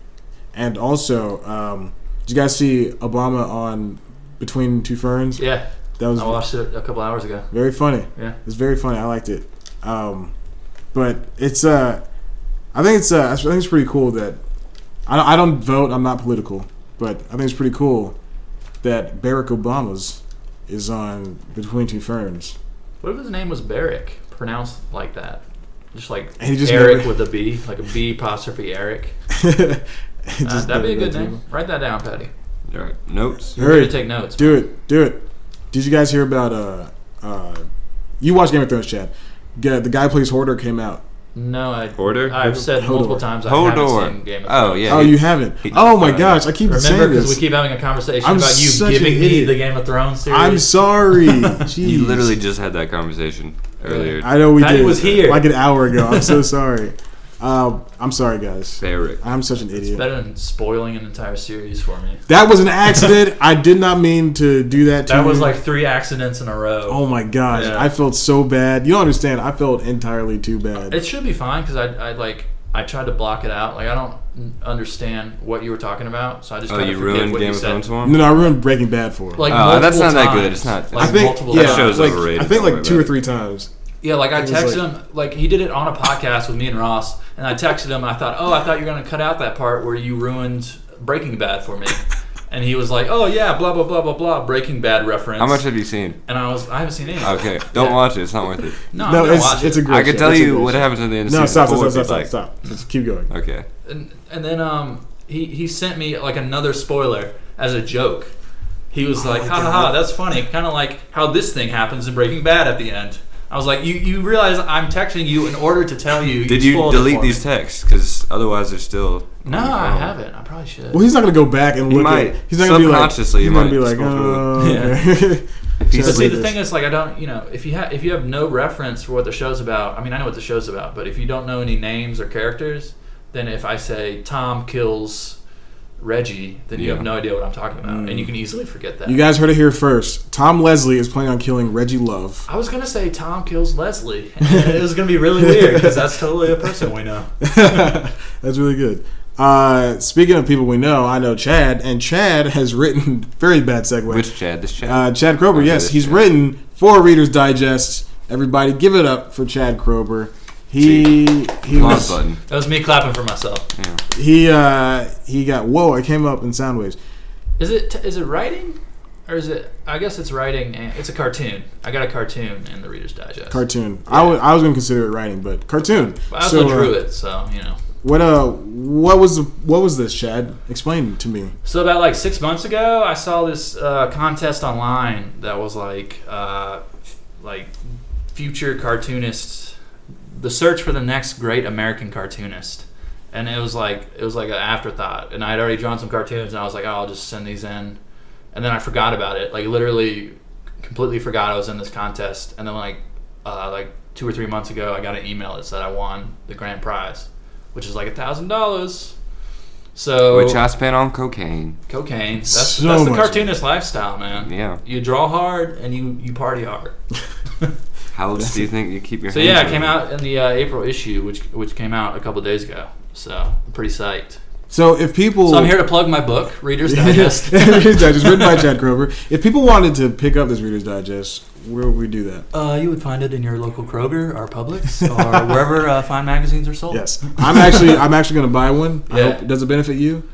And also, um, did you guys see Obama on Between Two Ferns?
yeah,
That was
I
Oh, uh,
watched it a couple hours ago.
very funny.
Yeah.
it's very funny. I liked it. Um, but it's uh, I think it's uh, I think it's pretty cool that I don't, I don't vote. I'm not political, but I think it's pretty cool that Barack Obama's is on Between Two Ferns.
What if his name was Barrick, pronounced like that? Just like
And he just
Eric
never-
with a B, like a B apostrophe Eric.
It
Uh,
just
that'd be a
never
good
got to
name. Write that down, Patty.
All right. Notes.
me.
You're
Hurry.
to take notes.
Do it, do it. Did you guys hear about uh uh? You watch Game of Thrones, Chad. Yeah, the guy who plays Hoarder came out.
No, I,
Order.
I've said
Hodor.
multiple times I haven't seen
Hodor.
Game
Oh
of Thrones.
yeah.
oh,
he-
you haven't.
he-
oh my
uh,
gosh, I keep
Remember,
saying
because
this.
we keep having a conversation
I'm
about you
such an
giving me
idiot.
the Game of Thrones series.
I'm sorry. Jeez.
You literally just had that conversation earlier.
I know we
Patty
did.
was here.
like an hour ago. I'm so sorry. Uh, I'm sorry, guys.
Barrick.
I'm such an
It's
idiot.
better than spoiling an entire series for me.
That was an accident. I did not mean to do that. to
That was
you.
like three accidents in a row.
Oh my gosh,
Yeah.
I felt so bad. You don't understand. I felt entirely too bad.
It should be fine because I, I like I tried to block it out. Like I don't n- understand what you were talking about, so I just
Oh,
tried
you
to forget
ruined
what
Game
you
of
said.
Thrones for him.
No, no, I ruined Breaking Bad for. it.
Like
Oh, that's
multiple
not that
times.
good. It's not-
Like
I think
multiple
yeah,
times.
That show's
like,
overrated.
I think
Don't
like
worry
two or
about it.
three times.
Yeah, like I
was
texted
like-
him, like he did it on a podcast with me and Ross, and I texted him and I thought, oh, I thought you were gonna cut out that part where you ruined Breaking Bad for me, and he was like, oh yeah, blah blah blah blah blah, Breaking Bad reference.
How much have you seen?
And I was, I haven't seen any. of it.
Okay, don't
Yeah.
watch it. It's not worth it.
no,
No, I'm gonna
it's
watch
it's a
it.
great.
I could
show.
tell
It's a
you
great
what
show.
happens at the end of
No,
season
stop, stop,
four.
stop, stop, stop,
if you'd
stop. Just keep going.
like. Okay.
And, and then um, he, he sent me like another spoiler as a joke. He was like, ha ha ha, that's funny. Kind of like how this thing happens in Breaking Bad at the end. I was like, you, you realize I'm texting you in order to tell you.
Did you
spoiled it
delete
for me."
these texts? Because otherwise, they're still. on
No,
your
I
phone.
haven't. I probably should.
Well, he's not gonna go back and
You
look.
might.
at, he's not gonna be like. He's
Subconsciously, you
gonna
might
be like.
scroll
Oh,
through
okay."
If you
Just
But see,
like
the
this.
thing is, like, I don't, you know, if you have if you have no reference for what the show's about, I mean, I know what the show's about, but if you don't know any names or characters, then if I say Tom kills Reggie, then you
Yeah. Mm.
have no idea what I'm talking about, and you can easily forget that.
You guys heard it here first. Tom Leslie is planning on killing Reggie Love.
I was gonna say Tom kills Leslie, and it was gonna be really weird because that's totally a person we know.
That's really good. Uh, speaking of people we know, I know Chad, and Chad has written very bad segue.
Which Chad? This Chad.
Uh, Chad Krober,
Okay,
yes,
this
he's
Chad.
written for Reader's Digest. Everybody, give it up for Chad Krober. He he
Pause
was,
button.
That was me clapping for myself.
he uh, he got whoa! I came up in sound waves.
Is it is it writing, or is it? I guess it's writing. And it's a cartoon. I got a cartoon in the Reader's Digest.
Cartoon. I wa- I was gonna consider it writing, but cartoon.
But I also
So, uh,
drew it, so you know.
What uh what was the, what was this, Chad? Explain to me.
So about like six months ago, I saw this uh, contest online that was like uh, f- like future cartoonists, the search for the next great American cartoonist, and it was like it was like an afterthought, and I had already drawn some cartoons, and I was like, oh, I'll just send these in, and then I forgot about it, like literally completely forgot I was in this contest, and then like uh, like two or three months ago, I got an email that said I won the grand prize, which is like a thousand dollars. So
Which I spent on cocaine.
Cocaine. That's,
So
that's the
much.
cartoonist lifestyle, man.
Yeah.
You draw hard and you, you party hard.
How else do you think you keep your?
So
hands
yeah, it
on
came out in the uh, April issue, which which came out a couple days ago. So I'm pretty psyched.
So if people
So I'm here to plug my book, Reader's
Reader's
Digest.
Digest, written by Chad Krober. If people wanted to pick up this Reader's Digest, where would we do that?
uh, you would find it in your local Kroger or Publix or wherever uh, fine magazines are sold.
Yes, I'm actually I'm actually gonna buy one. I
Yeah.
hope, does it benefit you?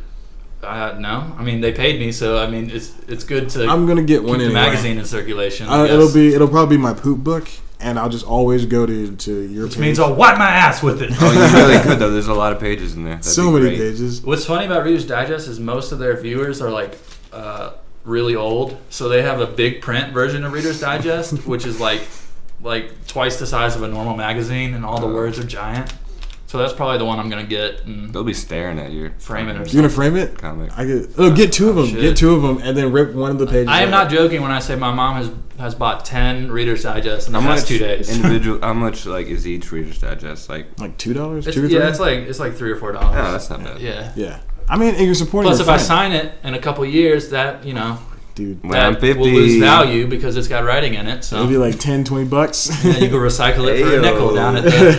Uh, no, I mean they paid me, so I mean it's it's good to
I'm gonna get
keep
one
the
anyway.
magazine in circulation. I
Uh,
guess.
It'll be it'll probably be my poop book, and I'll just always go to to your.
which means I'll wipe my ass with it.
Oh, you really could though. There's a lot of pages in there. That'd
so
be
many
great.
pages.
What's funny about Reader's Digest is most of their viewers are like uh, really old, so they have a big print version of Reader's Digest, which is like like twice the size of a normal magazine, and all the words are giant. So that's probably the one I'm gonna get. And
They'll be staring at your
Frame it or
You gonna frame it?
Comic.
I could. Oh, get two of them.
Shit.
Get two of them, and then rip one of the pages.
I am
out.
not joking when I say my mom has has bought ten Reader's Digest in the
How much
last two days.
individual? How much like is each Reader's Digest? Like,
like two dollars,
It's-
two or three.
yeah, it's like it's like three or four dollars.
oh, that's not bad.
yeah.
yeah. I mean, and you're supporting.
Plus,
your
if I
friend,
sign it in a couple years, that you know
dude,
When I'm
that
50,
will lose value because it's got writing in it. So
it'd be like 10, 20 bucks.
And then you can recycle it for a
Ayo.
nickel down at the, at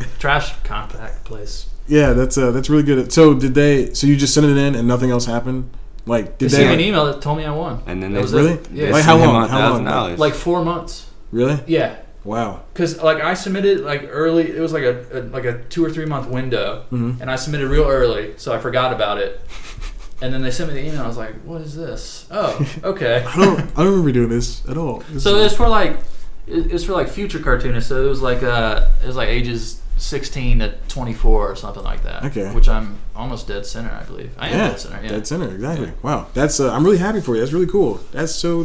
the trash compact place.
yeah, that's uh, that's really good. So did they? So you just sent it in, and nothing else happened? Like
They
did
sent me
they?
an email that told me I won.
And then
That
they
was
Really?
Yeah.
they
Like
send
how
him
long?
a
How
thousand
long?
dollars.
Like four months.
Really?
Yeah.
Wow.
Cause like I submitted like early, it was like a, a like a two or three month window,
Mm-hmm.
and I submitted real early, so I forgot about it. And then they sent me the email. I was like, "What is this? Oh, okay."
I don't. I don't remember doing this at all. This
so
is-
it's for like it- it's for like future cartoonists. So it was like uh it was like ages sixteen to twenty four or something like that.
Okay.
Which I'm almost dead center, I believe. I am
yeah,
dead center. Yeah.
dead center. Exactly. Wow. That's. Uh, I'm really happy for you. That's really cool. That's so.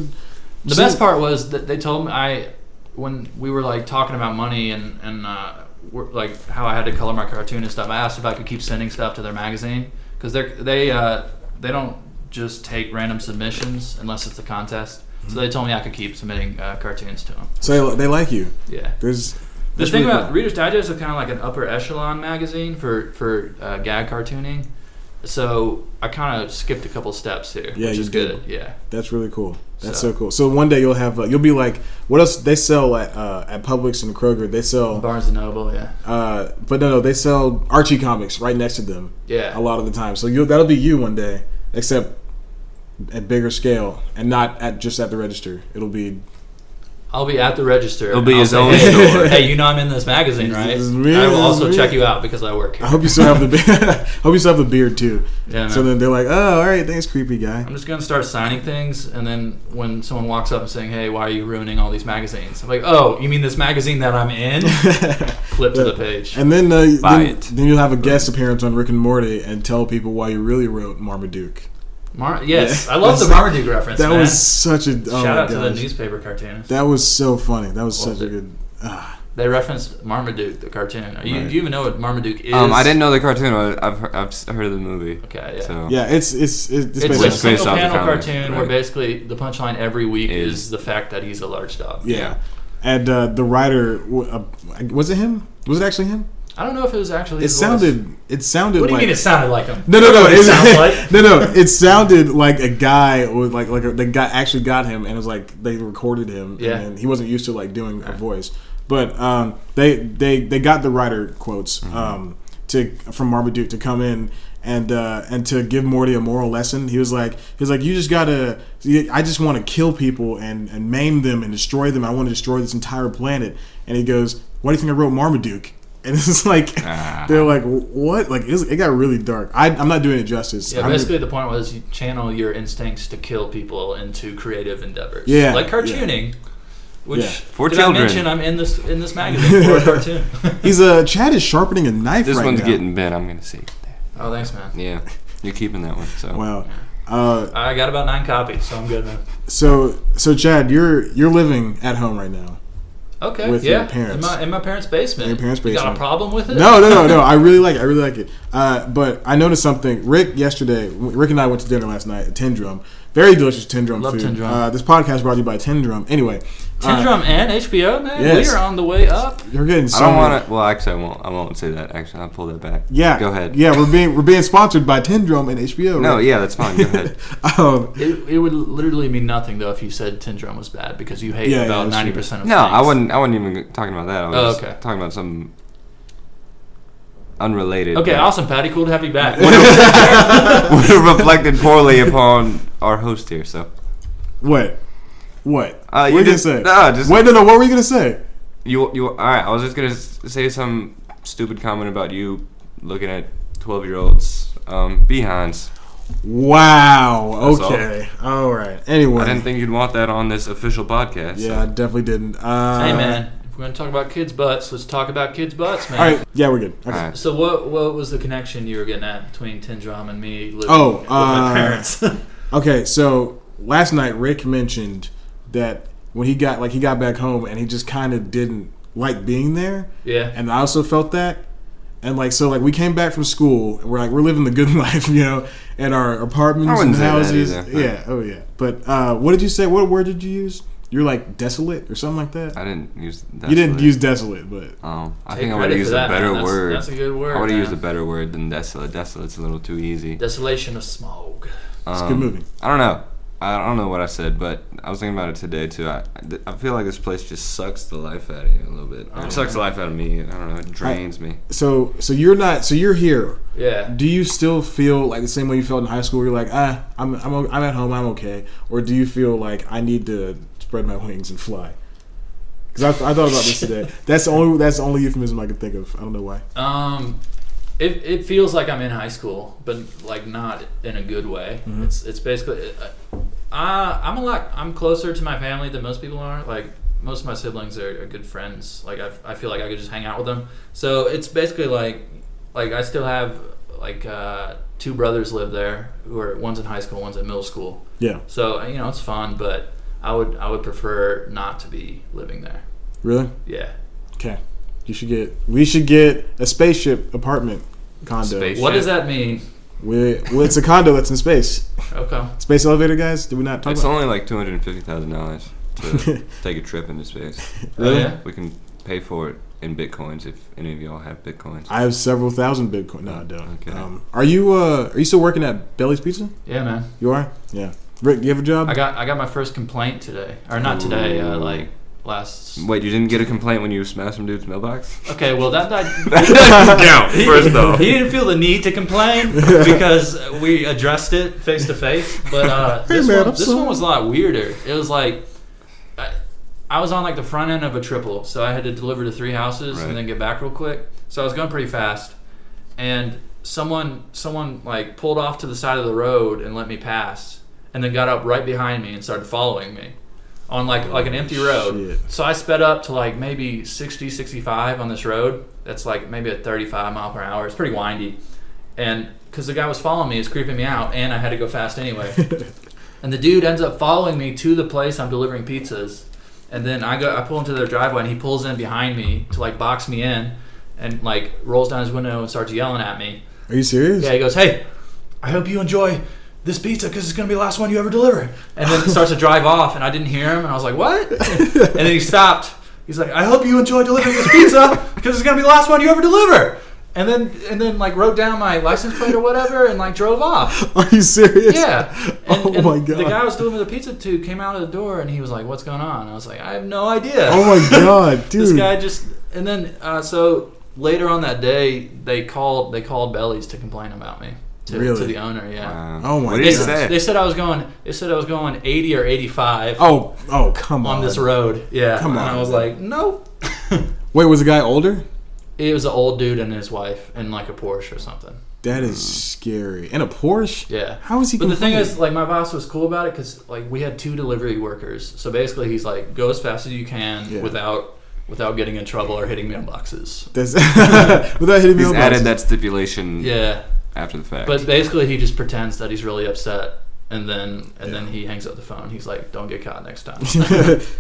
The
so-
best part was that they told me I, when we were like talking about money and and uh, we're, like how I had to color my cartoon and stuff. I asked if I could keep sending stuff to their magazine because they they uh, they don't just take random submissions unless it's a contest.
Mm-hmm.
So they told me I could keep submitting uh, cartoons to them.
So they, they like you.
Yeah.
There's.
The
that's
thing
really
about
cool.
Reader's Digest is kind of like an upper echelon magazine for for uh, gag cartooning. So I kind of skipped a couple steps here,
Yeah,
which
you
is
did.
good. Yeah.
That's really cool. That's so,
So-
cool. So one day you'll have uh, you'll be like, what else they sell at uh, at Publix and Kroger? They sell,
Barnes and Noble. Yeah.
uh, but no, no, they sell Archie comics right next to them
Yeah.
a lot of the time. So you'll that'll be you one day, except at bigger scale and not at just at the register. It'll be
I'll be at the register.
It'll be
I'll
his
say,
own
hey,
store."
Hey, you know I'm in this magazine, right?
This is real,
I will
this is
also
real.
check you out because I work
I
here.
hope you still have the be- I hope you still have the beard too.
Yeah,
So
man.
then they're like, oh, all right, thanks, creepy guy.
I'm just gonna start signing things, and then when someone walks up and saying, "Hey, why are you ruining all these magazines?" I'm like, "Oh, you mean this magazine that I'm in?" Flip to the page.
And then, uh,
Buy
then,
it.
then you'll have a guest appearance on Rick and Morty and tell people why you really wrote Marmaduke.
Mar- yes,
Yeah.
I love the
That's-
Marmaduke reference.
That
man.
was such a oh my
shout out to the
gosh.
newspaper cartoonist.
That was so funny. That was
Loved
such a
it.
good. Ah,
They referenced Marmaduke, the cartoon. Are you,
Right.
Do you even know what Marmaduke is?
um, I didn't know the cartoon. but I've heard, I've s- heard of the movie.
Okay, yeah.
So
yeah, it's it's it's, basically-
It's a
It's based
single
off the
panel
comic,
cartoon where
right.
basically the punchline every week is,
Is-
the fact that he's a large dog.
yeah. And uh, the writer w- uh, was it him? Was it actually him?
I don't know if it was actually.
It
his voice.
sounded. It sounded.
What do you
like,
mean it sounded like him?
No, no, no.
It
It,
sounds like.
no, no. It sounded like a guy was like like a, the guy actually got him, and it was like they recorded him.
Yeah.
and then he wasn't used to like doing a voice, but um, they they they got the writer quotes
Mm-hmm.
um, to from Marmaduke to come in. And uh, and to give Morty a moral lesson, he was like he was like you just gotta I just want to kill people and, and maim them and destroy them. I want to destroy this entire planet. And he goes, why do you think I wrote Marmaduke? And it's like
Ah.
they're like, what? Like, it, was, it got really dark. I, I'm not doing it justice.
Yeah,
I'm-
basically the point was you channel your instincts to kill people into creative endeavors.
Yeah,
like
yeah.
cartooning, which
Yeah.
For
did I
children.
mention I'm in this in this magazine for a cartoon.
he's uh, Chad is sharpening a knife
this
right
one's
now.
getting bent. I'm gonna see.
oh, thanks, man.
Yeah, you're keeping that one. So
wow. Uh,
I got about nine copies, so I'm good, man.
so so Chad, you're you're living at home right now.
Okay,
With
yeah,
your parents.
in my in my parents' basement.
your parents'
You got
basement.
a problem with it?
No, no, no, no. I really like it. I really like it. Uh, but I noticed something. Rick yesterday. Rick and I went to dinner last night at Ten Drum. Very delicious Ten Drum
Love
food.
Tin Drum.
Uh, this podcast brought to you by Ten Drum. Anyway, uh,
Syndrome and HBO, man.
yes.
We are on the way up.
You're getting. So
I don't
many-
want to. Well, actually, I won't. I won't say that. Actually, I'll pull that back.
Yeah.
Go ahead.
Yeah, we're being we're being sponsored by Ten Drum and HBO.
No.
right?
Yeah, that's fine. Go ahead.
um,
It, it would literally mean nothing though if you said Syndrome was bad because you hate
Yeah, yeah,
about
that's true.
ninety percent of
No, I
things.
wasn't. I wasn't even talking about that. I was
Oh,
just
okay.
talking about something unrelated.
Okay,
that
awesome, Patty. Cool to have you back.
Uh,
Would have reflected poorly upon our host here. So
What? What? what
Uh, you
were you
just-
gonna say?
nah, just-
Wait, no, no. What were you gonna say?
you, you. All right. I was just gonna s- say some stupid comment about you looking at twelve-year-olds um, behinds.
Wow.
That's all.
Okay. All right. Anyway.
I didn't think you'd want that on this official podcast.
yeah, I definitely didn't. Uh,
hey man, if we're gonna talk about kids' butts, let's talk about kids' butts, man.
All right. Yeah, we're good. Okay.
All right.
So what what was the connection you were getting at between Tindram and me living
Oh,
with my
uh,
parents?
Okay. So last night, Rick mentioned that when he got like he got back home and he just kind of didn't like being there,
yeah.
and I also felt that. And like so, like we came back from school. and We're like we're living the good life, you know, at our
I
apartments and
wouldn't say that
houses.
either.
yeah, oh yeah. But uh, what did you say? What word did you use? You're like desolate or something like that.
I didn't use. Desolate.
you didn't use desolate, but
Um, I
Take
think I would
credit
have
for
used
that,
a better
man. That's-
word.
that's a good word,
I would have
man.
used a better word than desolate. Desolate's a little too easy.
Desolation of smog.
it's
Um,
good movie.
I don't know. I don't know what I said, but I was thinking about it today too. I, I feel like this place just sucks the life out of you a little bit. Or it sucks the life out of me. I don't know. It drains me.
So so you're not so you're here.
Yeah.
Do you still feel like the same way you felt in high school? Where you're like ah, I'm I'm o- I'm at home, I'm okay. Or do you feel like I need to spread my wings and fly? Because I, I thought about this today. That's the only that's the only euphemism I can think of. I don't know why.
Um, it, it feels like I'm in high school, but like not in a good way. It's it's basically, uh, I, I'm a lot. I'm closer to my family than most people are. Like most of my siblings are, are good friends. Like I, I feel like I could just hang out with them. So it's basically like like I still have like uh, two brothers live there who are one's in high school, one's in middle school.
Yeah,
So you know it's fun, but I would I would prefer not to be living there.
really.
Yeah.
Okay. You should get. We should get a spaceship apartment condo.
Space-
What does
Shit.
that mean?
We, well, it's a condo that's in space.
Okay.
Space elevator, guys. Did we not talk
It's
about?
only like two hundred and fifty thousand dollars to take a trip into space.
Oh, yeah.
We can pay for it in bitcoins if any of y'all have bitcoins.
I have several thousand Bitcoin. No, I don't.
Okay.
Um, are you uh, Are you still working at Belly's Pizza?
Yeah, man.
You are. Yeah. Rick, do you have a job?
I got I got my first complaint today, or not today, uh, like last.
Wait, you didn't get a complaint when you smashed some dude's mailbox?
Okay, well that died.
that doesn't count. First off,
He didn't feel the need to complain because we addressed it face to face. But uh, this,
man,
one,
I'm
this
sorry.
one was a lot weirder. It was like I, I was on like the front end of a triple, so I had to deliver to three houses
Right.
and then get back real quick. So I was going pretty fast, and someone someone like pulled off to the side of the road and let me pass, and then got up right behind me and started following me on like like an empty road.
Shit.
So I sped up to like maybe 60, 65 on this road. That's like maybe a 35 mile per hour. It's pretty windy. And because the guy was following me, it's creeping me out, and I had to go fast anyway. and the dude ends up following me to the place I'm delivering pizzas. And then I go, I pull into their driveway, and he pulls in behind me to like box me in, and like rolls down his window and starts yelling at me.
Are you serious?
Yeah, he goes, "Hey, I hope you enjoy this pizza because it's gonna be the last one you ever deliver." And then starts to drive off, and I didn't hear him, and I was like, "What?" and then he stopped. He's like, "I hope you enjoy delivering this pizza because it's gonna be the last one you ever deliver." And then and then like wrote down my license plate or whatever, and like drove off.
Are you serious?
Yeah. And,
Oh
and
my
The
God.
guy I was delivering the pizza to came out of the door, and he was like, "What's going on?" I was like, "I have no idea."
Oh my god, dude.
this guy just and then uh, so later on that day they called they called bellies to complain about me to,
Really?
to the owner yeah
Wow.
Oh my
What did
they,
you
God.
say?
they said i was going they said i was going 80 or 85
Oh, oh, come on.
on this road yeah
Come
and
on.
i was like nope
Wait, was the guy older?
it was an old dude and his wife in like a porsche or something
That is scary. And a Porsche.
yeah
How is he?
but the thing
complaining?
is like my boss was cool about it because like we had two delivery workers so basically he's like go as fast as you can
Yeah.
without without getting in trouble or hitting mailboxes
That's- without hitting me
He's
up,
added that stipulation
yeah
after the fact.
But basically, he just pretends that he's really upset, and then and then he hangs up the phone. He's like, "Don't get caught next time."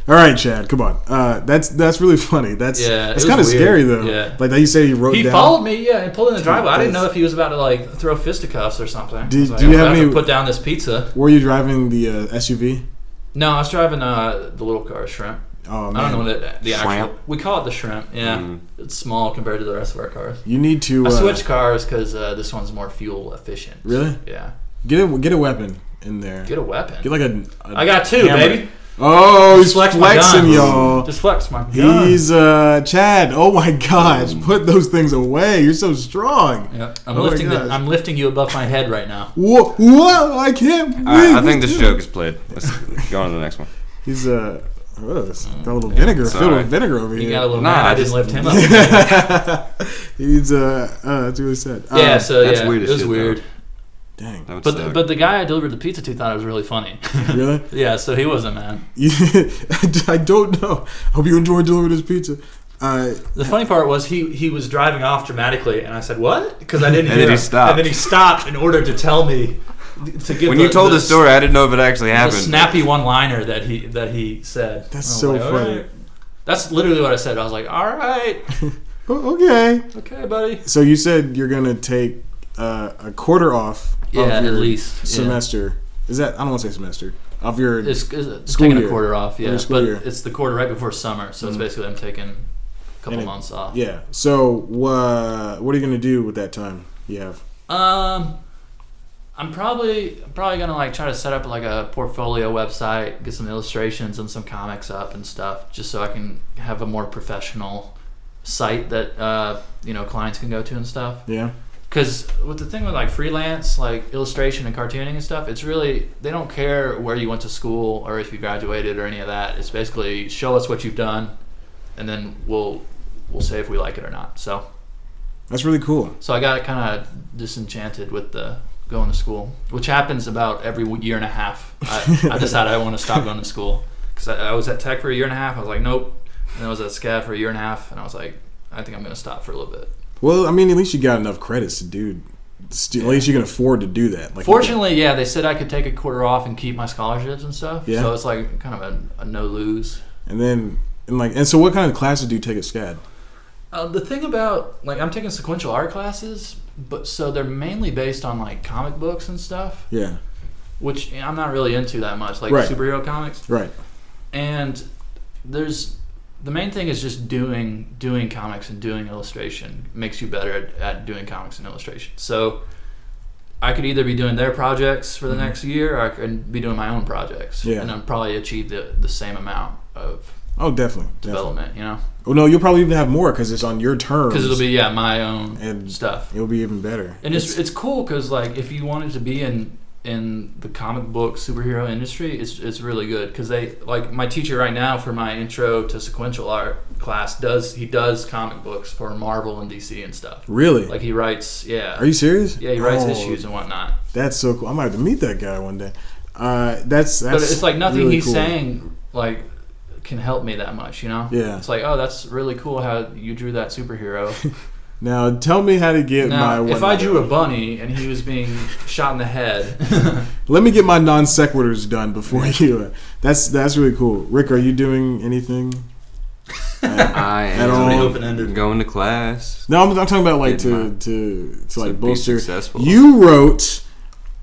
All right, Chad, come on. Uh, that's that's really funny. That's
Yeah, it
that's
was
kind of
weird.
scary though.
Yeah.
Like that you said, he wrote
he
down.
followed me, yeah, and pulled in the driveway. I didn't
that's-
know if he was about to like throw fisticuffs or something. I
Did-
was like,
do you
"I'm
have
about to
any-
Put down this pizza.
Were you driving the uh, SUV?
No, I was driving uh, the little car shrimp.
Oh man,
I don't know what it, the actual.
Shrimp.
We call it the shrimp. Yeah,
Mm.
it's small compared to the rest of our cars.
you need to
I
uh,
switched cars because uh, this one's more fuel efficient.
Really?
Yeah.
Get a get a weapon in there.
Get a weapon.
Get like a. a
I got two,
hammer.
baby.
Oh, he's
Flex my
flexing,
guns.
y'all.
Just flex my gun.
He's uh Chad. Oh my gosh, put those things away. You're so strong.
Yeah, I'm
Oh my
lifting. The,
gosh.
I'm lifting you above my head right now.
Whoa, whoa! I can't. Believe
All right, I think
this
this joke is played. Let's go on to the next one.
He's uh, oh, it's got a little vinegar
it's
filled
all
with
right.
vinegar over
You
here.
got a little
Nah,
mad. I
I just-
didn't lift him up.
He's uh, uh, that's really sad. Uh,
yeah, so
That's
yeah,
weird
it
as
was
shit,
weird.
Dang.
That would
But the,
suck.
but the guy I delivered the pizza to thought it was really funny.
Really?
yeah, so he wasn't mad.
I don't know. Hope you enjoy delivering this pizza. Uh,
The funny part was he he was driving off dramatically, and I said what? Because I didn't.
And
hear
then he
him.
stopped.
And then he stopped in order to tell me to give.
when
the,
you told
the
the story, I didn't know if it actually
the
happened.
snappy one-liner that he that he said.
that's
I was
so
like, "All
funny.
right." That's literally what I said. I was like, "All right."
O- Oh, Okay.
Okay, buddy.
So you said you're gonna take uh, a quarter off
Yeah,
of
at
your
least. yeah.
semester. Is that I don't want to say semester of your
It's, it's
School
taking
year.
a quarter off,
Your
yeah.
school
But
year.
it's the quarter right before summer, so it's
Mhm.
basically I'm taking a couple
And it-
months off.
yeah. So uh, what are you gonna do with that time you have?
Um, I'm probably I'm probably gonna like try to set up like a portfolio website, get some illustrations and some comics up and stuff, just so I can have a more professional site that uh, you know clients can go to and stuff.
Yeah.
Because with the thing with like freelance, like illustration and cartooning and stuff, it's really they don't care where you went to school or if you graduated or any of that. It's basically show us what you've done, and then we'll we'll say if we like it or not. So
That's really cool.
so I got kind of disenchanted with the going to school, which happens about every w- year and a half. I, I decided I want to stop going to school because I, I was at Tech for a year and a half. I was like, nope. And then I was at SCAD for a year and a half, and I was like, I think I'm gonna stop for a little bit.
Well, I mean, at least you got enough credits to do. St- At least you can afford to do that. Like,
Fortunately, yeah, they said I could take a quarter off and keep my scholarships and stuff.
Yeah.
So it's like kind of a, a no lose.
And then and like and so, what kind of classes do you take at SCAD?
Uh, the thing about like I'm taking sequential art classes, but so they're mainly based on like comic books and stuff,
Yeah.
which you know, I'm not really into that much, like
Right.
superhero comics.
Right.
And there's the main thing is just doing doing comics and doing illustration makes you better at, at doing comics and illustration. So I could either be doing their projects for the next year, or I could be doing my own projects,
Mm-hmm. Yeah.
and I'd probably achieve the, the same amount of
Oh, definitely. definitely.
development, you know,
Well, no, you'll probably even have more because it's on your terms.
because it'll be yeah my own
And-
stuff.
It'll be even better.
And it's it's cool because like if you wanted to be in in the comic book superhero industry, it's it's really good because they like my teacher right now for my intro to sequential art class does he does comic books for Marvel and DC and stuff.
really.
Like he writes, yeah,
Are you serious?
yeah, he writes
Oh,
issues and whatnot.
That's so cool. I might have to meet that guy one day. Uh, that's that's.
But it's like nothing
really
he's
cool.
saying like can help me that much, you know?
Yeah.
It's like oh, that's really cool how you drew that superhero.
Now tell me how to get my.
now, if
whatnot.
I drew a bunny and he was being shot in the head.
let me get my non sequiturs done before you. That's that's really cool. Rick, are you doing anything?
I
At all.
am going to class.
No, I'm, I'm talking about like
Did
to
not.
to to
So
like
be
bolster.
successful.
You wrote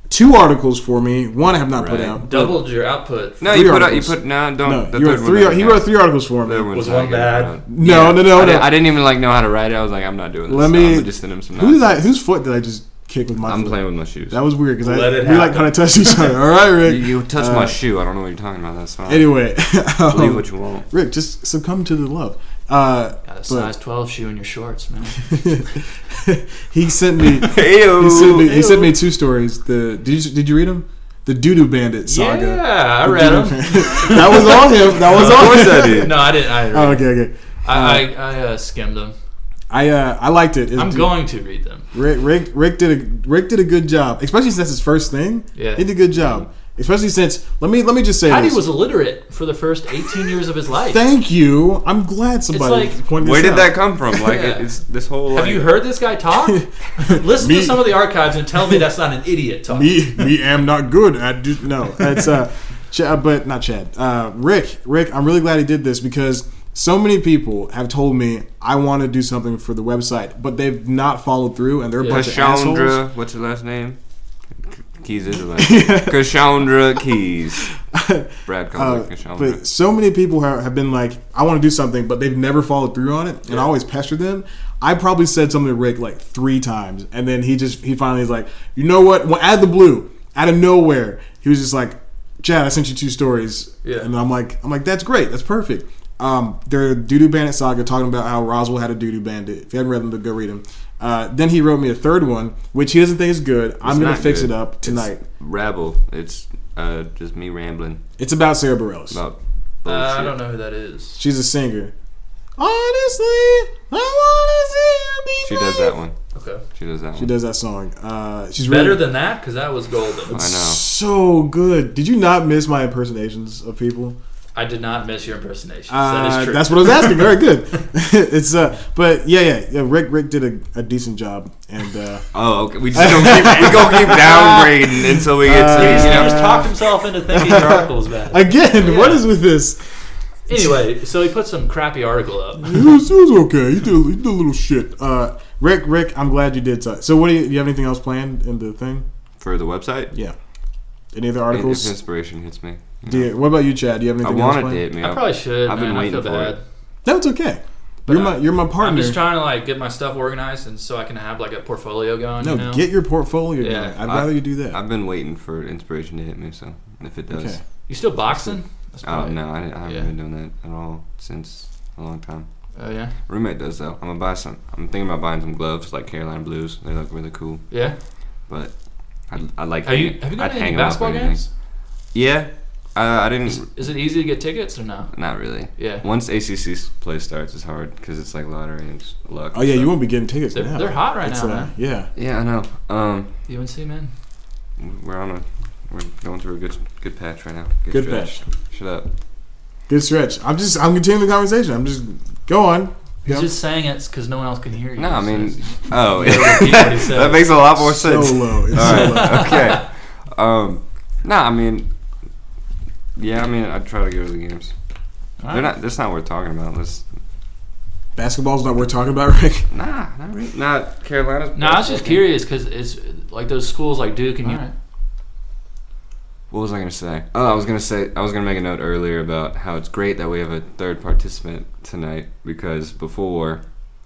two articles for me. One I have not put
Right.
out.
Doubled your output.
No,
Three
you put out. You
articles.
put no. Don't.
No,
the
you wrote
third one
three.
doesn't
He
count.
wrote three articles for
Third
me.
one's
Was
not
one
good.
bad?
No, no, no,
I, Didn't,
no.
I didn't even like know how to write it. I was like, I'm not doing this.
Let me-
I'm just send him some.
Who's that?
nonsense.
Whose foot did I just kick with my
I'm
foot?
playing with my shoes.
That was weird because I
Let it
we like
happen.
kind of touched each other. All right,
You,
Rick.
you touched
Uh,
my shoe. I don't know what you're talking about. That's fine.
Anyway, um,
Believe what you want.
Rick, just succumb to the love. Uh,
Got a
But-
size 12 shoe in your shorts, man.
he sent me.
Ew.
He sent me, he sent me two stories. The did you, did you read them? The Doo Doo Bandit saga.
Yeah, I
The
read
Doo Doo
them.
Bandit. that was on him. That was
Of
on
course
him.
I did.
No, I didn't. I, didn't
Oh,
read
okay, okay.
them. I, I, I uh, skimmed them.
I uh, I liked it. It-
I'm going to read them.
Rick, Rick Rick did a Rick did a good job, especially since that's his first thing.
Yeah.
he did a good job, especially since let me let me just say
Heidi
this.
was illiterate for the first 18 years of his life.
Thank you. I'm glad somebody
like-
pointed
Where
this
did
out.
that come from? Like,
Yeah.
it, it's this whole.
Have
like,
you heard this guy talk? Listen
Me-
to some of the archives and tell me that's not an idiot talk.
me me am not good at do, no it's uh Ch- uh, but not chad uh rick rick i'm really glad he did this because so many people have told me i want to do something for the website but they've not followed through and they're a
Yeah.
bunch of assholes
Cassandra? What's her last name? Keys is her last name. Cassandra Keys. Brad calls
Uh,
her Cassandra.
but so many people have, have been like i want to do something but they've never followed through on it and i always pester them i probably said something to rick like three times and then he just he finally is like you know what well, out of the blue out of nowhere he was just like chad i sent you two stories
Yeah.
and i'm like i'm like that's great that's perfect um, their Doo Doo Bandit saga talking about how Roswell had a Doo Doo Bandit. If you haven't read them, go read them. Uh, then he wrote me a third one, which he doesn't think is good. I'm
It's
gonna
not
fix
good.
it up tonight. It's,
It's rabble. It's uh, just me rambling
about Sarah Bareilles.
about
Uh,
bullshit.
I don't know who that is.
She's a singer. Honestly, I want
She does that one.
Okay.
She does that
She
one.
does that song. Uh, she's
Better
really,
than that? Because that was golden.
I know.
So good. Did you not miss my impersonations of people?
I did not miss your impersonation. that
Uh,
is true.
that's what I was asking. Very good. it's uh, but yeah, yeah, yeah. Rick, Rick did a, a decent job, and uh,
Oh, okay. We just don't keep, we gonna keep downgrading until we get to
He's-
you
he
know.
just talked himself into thinking your article was bad.
again, what
Oh, Yeah.
is with this?
Anyway, so he put some crappy article up.
It was, it was okay. You did, you did a little shit. Uh, Rick, Rick, I'm glad you did. So, so what do you, do you have anything else planned in the thing?
for the website.
Yeah. Any other
I mean,
articles?
If inspiration hits me. you
Do
know.
you- what about you, Chad? Do you have
I
anything else
wanted
planned?
to hit me.
I
up.
probably should.
I've
man.
been waiting
I feel
for
bad.
it.
No, it's okay.
But
you're
I-
my you're my
I'm
partner.
just trying to like get my stuff organized and so I can have like a portfolio going.
no,
you know?
get your portfolio.
Yeah.
going. I'd
I-
rather you do that.
I've been waiting for inspiration to hit me. So if it does,
Okay.
you still boxing? That's
oh
probably-
no, I, I haven't
Yeah.
been doing that at all since a long time.
Oh yeah.
Roommate does though. I'm gonna buy some. I'm thinking about buying some gloves like Carolina Blues. They look really cool,
Yeah.
but I I like.
Have you
hanging-
have you
I'd
got
hang
any
'em up or
basketball
anything.
games?
Yeah, uh, I didn't.
Is it easy to get tickets or no?
Not really.
Yeah.
Once ACC play starts, it's hard because it's like lottery and it's luck.
oh yeah,
so-
you won't be getting tickets
They're,
now.
they're hot right
It's,
now,
uh,
man.
yeah.
Yeah, I know. Um,
UNC man.
we're on a we're going through a good good patch right now.
Good
stretch. Shut up.
Good stretch. I'm just I'm continuing the conversation. I'm just go on.
He's
Yeah.
just saying it because no one else can hear you.
No, I
so
mean,
it's-
oh,
You gotta repeat what he said.
that makes a lot more
so uh,
sense.
low. It's
All
so low.
right. okay. Um, no, I mean, yeah, I mean, I try to go to the games.
All
They're
right.
not. That's not worth talking about. Let's.
Basketball's not worth talking about, Rick.
Nah, not really. Not Carolina's.
No, I was just curious because it's like those schools like Duke and you.
What was I gonna say? Oh, I was gonna say I was gonna make a note earlier about how it's great that we have a third participant tonight because before,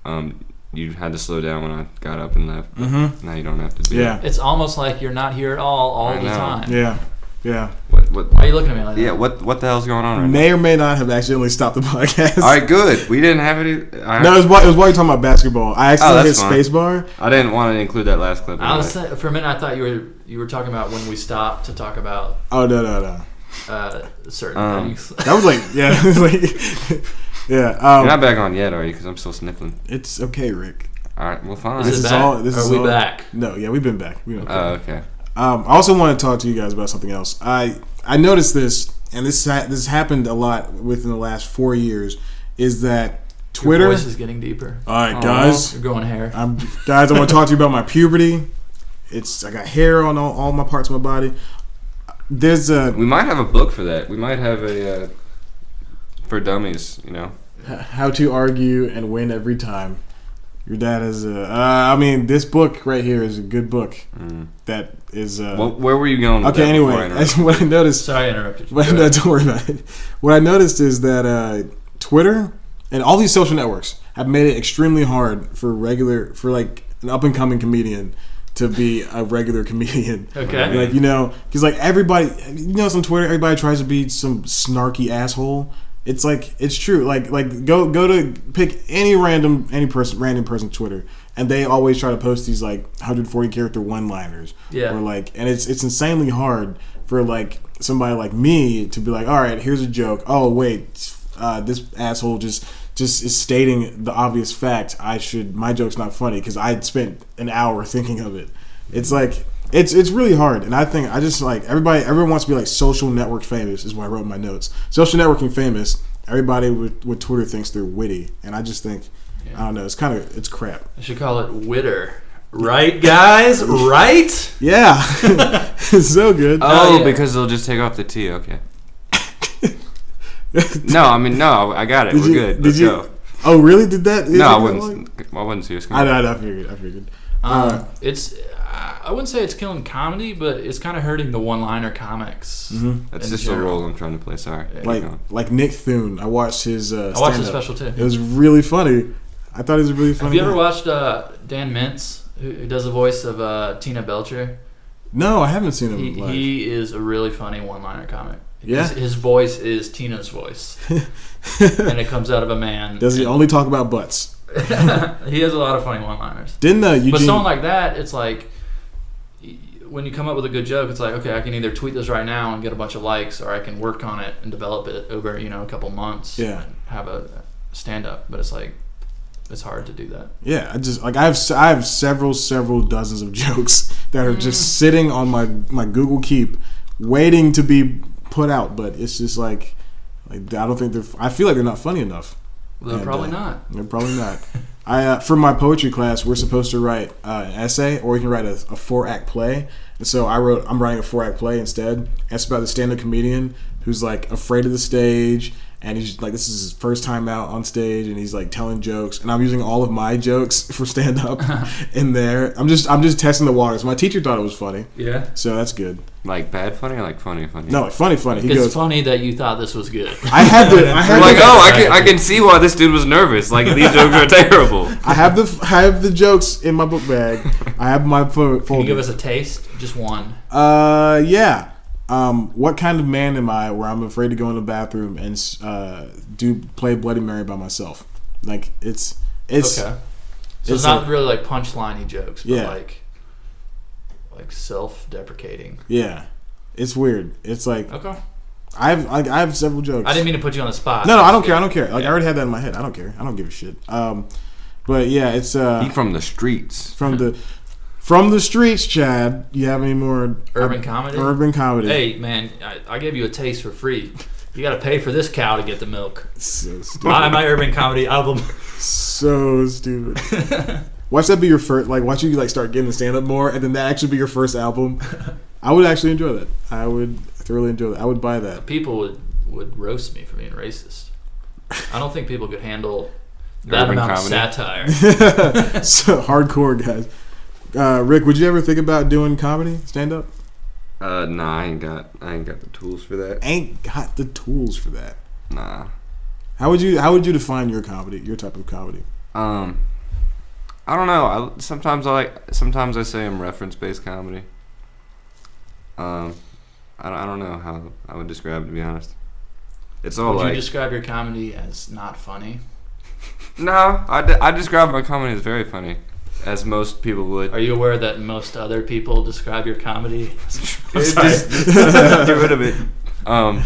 um, you had to slow down when I got up and left.
Mm-hmm.
Now you don't have to do.
Yeah.
It's almost like you're not here at all all
I
the
know.
time.
Yeah. Yeah.
It. What? What?
Why are you looking at me like that?
Yeah. What? What the hell's going on right now?
May or may not have accidentally stopped the podcast.
All right, good. We didn't have any. I,
No, it was, while, it was while you're talking about basketball. I
Oh,
accidentally hit
that's fine.
spacebar.
I didn't want to include that last clip.
I was
anyway.
saying, for a minute I thought you were you were talking about when we stopped to talk about
Oh no no no.
uh, certain
Um,
things.
That was like yeah it was like
You're
yeah.
not
Um,
back on yet, are you? Because I'm still sniffling.
it's okay, Rick.
All right, well, fine.
Is
this
it
is
back?
all- this
Are
is
we
all-
back?
No, yeah, we've been back. We've been back.
Oh, okay.
Um, I also want to talk to you guys about something else. I I noticed this, and this ha- this happened a lot within the last four years. Is that Twitter?
Your
All
voice is getting deeper.
right,
Aw.
guys.
You're growing hair.
I'm guys. I want to talk to you about my puberty. It's I got hair on all, all my parts of my body. There's a
We might have a book for that. We might have a uh, for dummies. You know,
how to argue and win every time. Your dad is a. Uh, I mean, this book right here is a good book.
Mm.
That is. Uh,
Well, where were you going? With
okay.
that before I
Anyway,
interrupted?
that's what I noticed.
Sorry, I interrupted. you.
But no, don't worry about it. What I noticed is that uh, Twitter and all these social networks have made it extremely hard for regular, for like an up and coming comedian to be a regular comedian.
Okay.
Like you know, because like everybody, you know, it's on Twitter, everybody tries to be some snarky asshole. It's like it's true. Like like go go to pick any random any person random person's Twitter, and they always try to post these like 140 character one liners.
Yeah.
Or like, and it's it's insanely hard for like somebody like me to be like, all right, here's a joke. Oh wait, uh, this asshole just just is stating the obvious fact. I should my joke's not funny because I spent an hour thinking of it. It's like it's it's really hard, and I think I just like everybody. Everyone wants to be like social network famous. Is what I wrote in my notes. Social networking famous. Everybody with, with Twitter thinks they're witty, and I just think I don't know. It's kind of it's crap.
I should call it Witter. Right, guys? Right?
Yeah, it's so good.
Oh,
Oh, yeah.
because they'll just take off the T. Okay. no, I mean no. I got it.
Did
we're
you-
good.
did
Let's
you-
go.
Oh, really? Did that? did
No, I
that
wasn't.
long?
I wasn't serious.
I know. I know, I figured. I figured.
Um,
Uh,
it's I I wouldn't say it's killing comedy, but it's kind of hurting the one-liner comics.
Mm-hmm.
That's
in
just a
general.
role I'm trying to play. Sorry. Keep
like
going.
like Nick Thune. I watched his. Uh,
I watched the
stand-up.
special too.
It was really funny. I thought it was a really funny.
Have you ever
guy.
watched uh, Dan Mintz, who, who does the voice of uh, Tina Belcher?
No, I haven't seen him
He,
live.
he is a really funny one-liner comic.
Yeah?
His, his voice is Tina's voice, and it comes out of a man.
Does he only talk about butts?
he has a lot of funny one-liners.
Didn't uh, Eugene?
But someone like that, it's like y- when you come up with a good joke, it's like okay, I can either tweet this right now and get a bunch of likes, or I can work on it and develop it over you know a couple months.
Yeah.
and have a stand up, but it's like it's hard to do that.
yeah, I just like I have s- I have several several dozens of jokes that are
Mm.
just sitting on my my Google Keep, waiting to be put out. But it's just like like I don't think they're. I feel like they're not funny enough.
Well,
Yeah,
probably
duh.
not.
No, probably not. I uh, for my poetry class, we're supposed to write uh, an essay, or you can write a, a four act play. And so I wrote, I'm writing a four act play instead. It's about the stand up comedian who's like afraid of the stage and he's like, this is his first time out on stage, and he's like telling jokes, and I'm using all of my jokes for stand up in there. I'm just I'm just testing the waters. My teacher thought it was funny,
Yeah.
so that's good.
Like bad funny or like funny funny?
No, funny, funny. He
It's
goes,
funny that you thought this was good.
I had the I
I'm
had
like,
the,
oh, I can, I can see why this dude was nervous. Like, these jokes are terrible.
I have the I have the jokes in my book bag. I have my fo-
Can you
folder.
give us a taste? Just one.
Uh, yeah. Um, what kind of man am I where I'm afraid to go in the bathroom and uh, do play Bloody Mary by myself? Like it's it's
okay. So it's,
it's
not really like punchliney jokes, but
Yeah.
like like self-deprecating.
yeah, it's weird. It's like
Okay.
I've like I have several jokes.
I didn't mean to put you on the spot.
no, no, I don't care. I don't care. Like I already had that in my head. I don't care. I don't give a shit. Um, but yeah, it's
He
uh
from the streets.
from the from the streets, Chad. You have any more
Urban comedy?
urban comedy?
Hey man, I, I gave you a taste for free. You got to pay for this cow to get the milk.
So stupid.
My, my urban comedy album.
so stupid. Watch that be your first. Like, watch you like start getting to stand up more, and then that actually be your first album. I would actually enjoy that. I would thoroughly enjoy that. I would buy that.
People would would roast me for being racist. I don't think people could handle that
Urban
amount
comedy.
of satire.
so hardcore guys. Uh, Rick, would you ever think about doing comedy, stand up?
Uh, nah, I ain't got, I ain't got the tools for that.
Ain't got the tools for that.
Nah.
How would you How would you define your comedy? Your type of comedy?
Um, I don't know. I sometimes I like, sometimes I say I'm reference based comedy. Um, I don't, I don't know how I would describe it to be honest. It's all
would
like
you describe your comedy as not funny?
no. I, de- I describe my comedy as very funny, as most people would.
Are you aware that most other people describe your comedy?
It just- get rid of it. Um,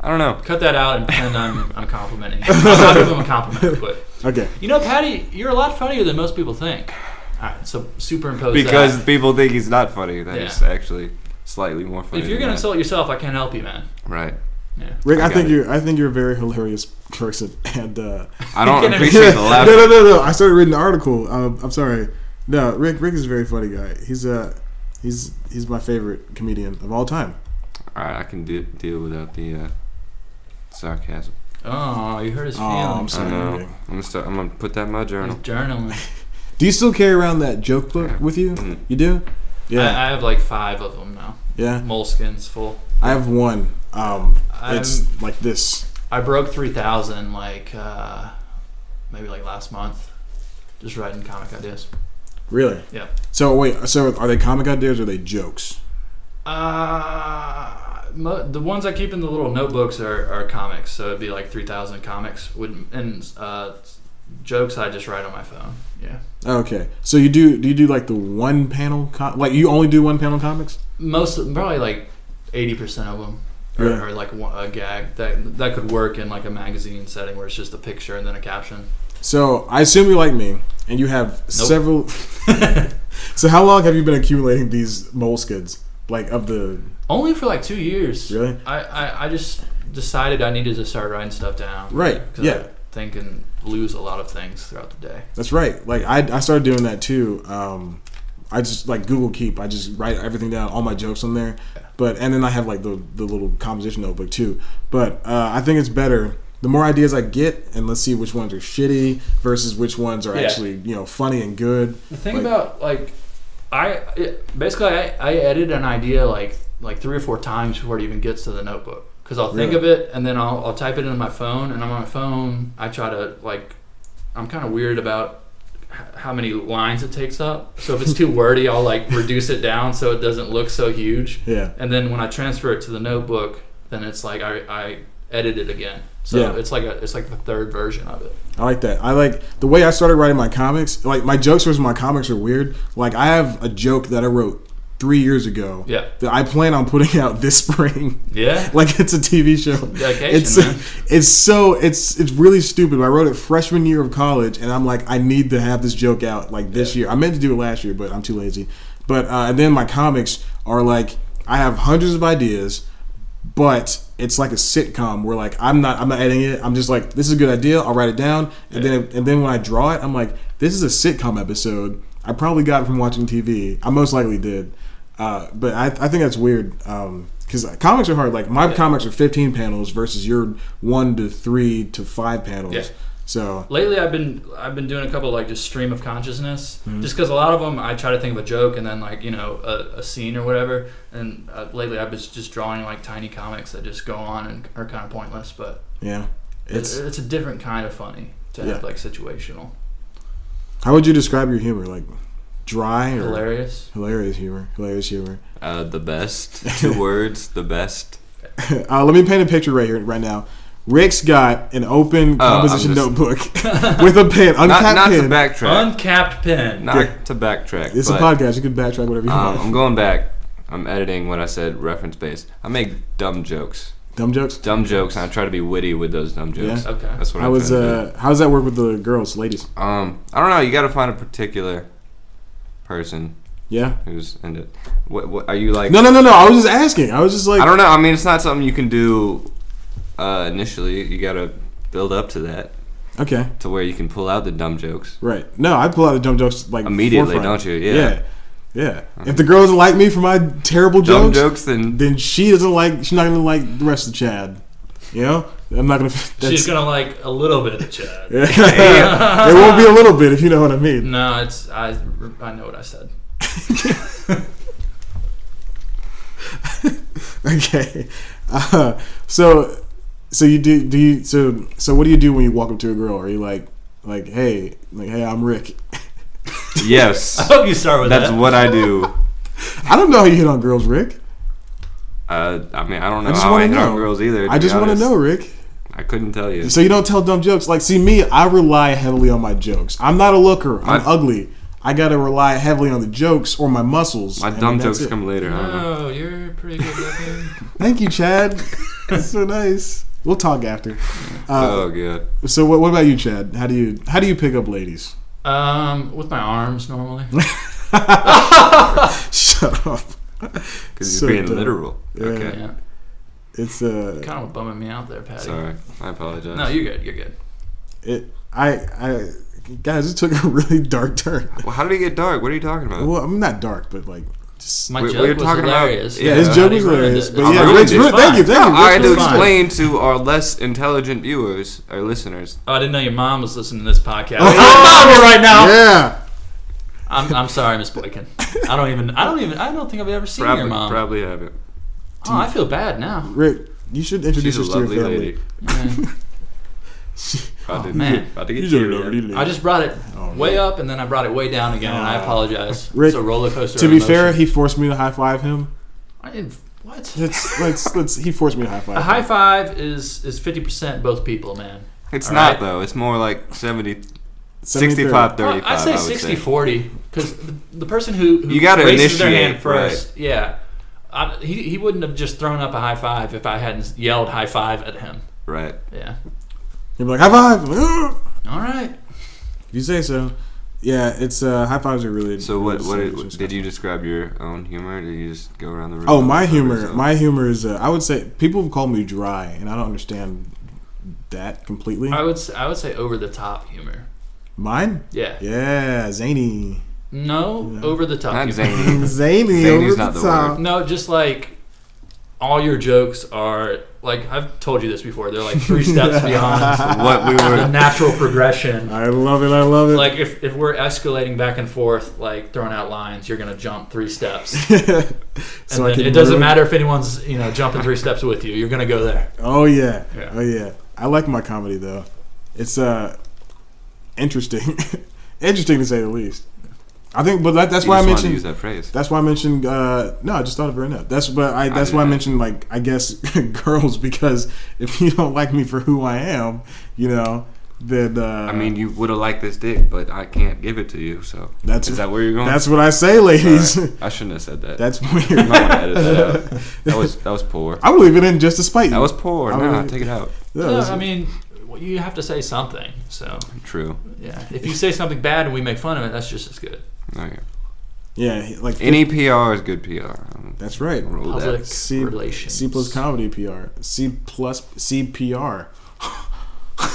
I don't know.
Cut that out and pretend I'm, I'm complimenting. you. I'll give him a compliment, but
Okay.
you know, Patty, you're a lot funnier than most people think. All right, so superimpose
Because
that.
people think he's not funny. That
Yeah.
is actually slightly more funny.
if you're
than
gonna
that.
insult yourself, I can't help you, man.
right?
Yeah.
Rick,
I
I,
got
think
it.
you're I think you're a very hilarious person, and uh,
I don't
Can I-
appreciate the
no, no,
laughter.
no, no. I started reading an article. Um, I'm sorry. No, Rick. Rick is a very funny guy. He's uh, he's he's my favorite comedian of all time.
All right, I can de- deal without the uh, sarcasm.
Oh, you hurt his
Oh, I'm
feelings.
sorry.
I know.
Rick.
I'm gonna start. I'm gonna put that in my
He's
journaling.
journaling.
Do you still carry around that joke book with you?
Mm.
You do? Yeah,
Mm-hmm. I, I have like five of them now.
yeah.
Moleskins full.
I have one. Um,
I'm,
it's like this.
I broke three thousand like uh, maybe like last month. Just writing comic ideas.
Really?
Yeah.
So wait. So are they comic ideas or are they jokes?
Uh, mo- the ones I keep in the little notebooks are, are comics, so it'd be like three thousand comics. Would and uh, jokes I just write on my phone. Yeah,
Okay. So you do? Do you do like the one panel? Com- like you only do one panel comics?
most probably like eighty percent of them are,
Yeah.
are like one, a gag that that could work in like a magazine setting where it's just a picture and then a caption.
So I assume you're like me, and you have several. so how long have you been accumulating these moleskins? Like of the
Only for like two years.
Really?
I, I, I just decided I needed to start writing stuff down.
right,
'Cause
yeah,
I think and lose a lot of things throughout the day.
that's right. Like I, I started doing that too. Um, I just like Google Keep. I just write everything down, all my jokes on there. But and then I have like the the little composition notebook too. But uh, I think it's better. The more ideas I get, and let's see which ones are shitty versus which ones are
Yeah.
actually you know funny and good.
The thing
Like-
about like, I it, basically I, I edit an idea like like three or four times before it even gets to the notebook because I'll think
Really?
of it and then I'll, I'll type it in my phone and on my phone I try to like I'm kind of weird about h- how many lines it takes up so if it's too wordy I'll like reduce it down so it doesn't look so huge
Yeah,
and then when I transfer it to the notebook then it's like I, I edit it again so
Yeah.
it's like a it's like the third version of it
I like that. I like the way I started writing my comics. Like my jokes versus my comics are weird. Like I have a joke that I wrote three years ago
Yeah.
that I plan on putting out this spring.
yeah
like it's a TV show.
Dedication,
it's
man.
it's so it's it's really stupid. but I wrote it freshman year of college, and I'm like, I need to have this joke out like this year. I meant to do it last year, but I'm too lazy. But uh, and then my comics are like, I have hundreds of ideas, but it's like a sitcom where like I'm not I'm not editing it. I'm just like, this is a good idea. I'll write it down, and then and then when I draw it, I'm like, this is a sitcom episode. I probably got it from watching TV. I most likely did. Uh, but I, I think that's weird. Um, because comics are hard. Like my comics are 15 panels versus your one to three to five panels.
Yeah.
So
Lately, I've been I've been doing a couple like just stream of consciousness, Just 'cause just because a lot of them I try to think of a joke and then like you know a, a scene or whatever. And uh, lately, I've been just drawing like tiny comics that just go on and are kind of pointless, but
yeah, it's
it's it's a different kind of funny to
Yeah.
have like situational,
how would you describe your humor? Like dry or
hilarious.
hilarious humor, hilarious humor.
Uh, the best. Two words. The best.
uh, let me paint a picture right here, right now. Rick's got an open
Oh, I'm
composition
just-
notebook with a pen,
Not,
untapped
not to
pen.
backtrack.
Uncapped pen.
Not
Yeah.
to backtrack.
it's a
but,
podcast. You can backtrack whatever you
Um,
want.
I'm going back. I'm editing what I said reference based. I make dumb jokes.
Dumb jokes.
Dumb jokes, and I try to be witty with those dumb jokes.
Yeah.
Okay.
That's what
How
I'm
was
trying to do.
uh? How does that work with the girls, ladies?
Um, I don't know. You got to find a particular person
Yeah.
who's in it. What, what are you like?
No, no, no, no. I was just asking. I was just like,
I don't know. I mean, it's not something you can do uh, initially. You got to build up to that
okay,
to where you can pull out the dumb jokes.
right. No, I pull out the dumb jokes like
Immediately,
forefront.
don't you? Yeah.
Yeah. yeah. If the girl doesn't like me for my terrible
Dumb
jokes,
jokes, then
then she doesn't like. She's not gonna like the rest of Chad. You know, I'm not gonna. That's,
She's gonna like a little bit of Chad.
it won't be a little bit if you know what I mean.
No, it's I. I know what I said.
Okay. Uh, so, so you do do you so so what do you do when you walk up to a girl? Are you like like hey like hey I'm Rick?
I
yes,
hope you start with
that's
that.
what I do.
I don't know how you hit on girls, Rick.
Uh, I mean, I don't know
I just
how
wanna
I hit on
know.
girls either.
I
be
just want to
honest.
know, Rick.
I couldn't tell you.
So you don't tell dumb jokes. Like, see me, I rely heavily on my jokes. I'm not a looker. I'm
My-
ugly. I gotta rely heavily on the jokes or my muscles.
My
and
dumb
that's
jokes
it.
come later. I don't know.
Oh, you're pretty good looking.
Thank you, Chad. That's so nice. We'll talk after. Uh,
oh god.
So what, what about you, Chad? How do you how do you pick up ladies?
um, with my arms normally.
Shut up.
Because
So
you're being
dumb.
literal.
Yeah.
Okay.
Yeah.
It's uh,
Kind of bumming me out there, Patty.
Sorry. I apologize.
No, you're good. You're good.
it I I guys, it took a really dark turn.
Well, how did it get dark? What are you talking about?
Well, I'm not dark, but like just
My
We- we
joke
were
was
talking about-
hilarious.
yeah,
his
uh,
joke
Patty
was
ruined
hilarious,
it.
but
I'm
yeah,
ruined
Rick's
it.
ruined. Thank you, thank you.
I had
Rick's
to
ruined.
explain to our less intelligent viewers, our listeners.
Oh, I didn't know your mom was listening to this podcast.
right now.
Yeah.
I'm, I'm sorry, Miss Boykin. I don't even. I don't even. I don't think I've ever seen your
Probably,
mom.
probably haven't.
Oh, I feel bad now.
Rick, you should introduce
She's a
us to your
lovely
family. Oh,
lady. About to,
man.
about to get
You should
teary-eyed.
lovely lady.
I just brought it
Oh,
way up and then I brought it way down again, and I apologize.
Rick,
it's a roller coaster.
to
of
be fair,
emotion.
he forced me to high five him.
I didn't. What?
Let's let's let's. He forced me to high five.
A
him.
high five is is fifty percent both people, man.
It's
All
not,
right.
though. It's more like 70,
70,
65,
Well,
35.
I'd say
I would
60 40 because the, the person who, who
You gotta
raises their
initiate,
hand first, yeah, I, he, he wouldn't have just thrown up a high five if I hadn't yelled high five at him.
Right.
Yeah.
You're like high five. I'm like, "Ah."
All right.
If you say so. Yeah, it's uh, high fives are really.
So what? What
really
did,
just-
did you describe your own humor? Did you just go around the room?
Oh, my
Or
humor.
something?
My humor is. Uh, I would say people call me dry, and I don't understand that completely.
I would s- I would say over the top humor.
Mine.
Yeah.
Yeah, zany.
No,
No.
over the top.
Not zany.
humor.
Zany
Zany's
over
not
the
the
top.
No, just like all your jokes are like I've told you this before. They're like three steps beyond
what we
the
were.
natural progression.
I love it. I love it.
Like if, if we're escalating back and forth, like throwing out lines, you're gonna jump three steps.
so
and then it
literally-
doesn't matter if anyone's you know jumping three steps with you. You're gonna go there.
Oh yeah.
Yeah.
Oh yeah. I like my comedy though. It's uh interesting. interesting to say the least. I think but that, that's
you
why I
just wanted to use
mentioned
that phrase.
that's why I mentioned uh no, I just thought of it right now. That's but I that's
did
why I
not.
mentioned like I guess girls because if you don't like me for who I am, you know, then uh
I mean, you would have liked this dick, but I can't give it to you. So
that's
is that where you're going?
that's what I say, ladies.
All right. I shouldn't have said that.
That's
I'm not
weird.
gonna edit that out. That was that was poor.
I'm leaving in just to spite you.
That was poor.
I
Nah,
was-
take it out.
Yeah,
No,
that's-
I mean well, you have to say something. So
True.
yeah, if you say something bad and we make fun of it, that's just as good.
Okay.
yeah, he- like
Any PR is good PR. Um,
that's right.
Roll
Public
that.
C-
relations.
C plus comedy PR. C plus CPR. All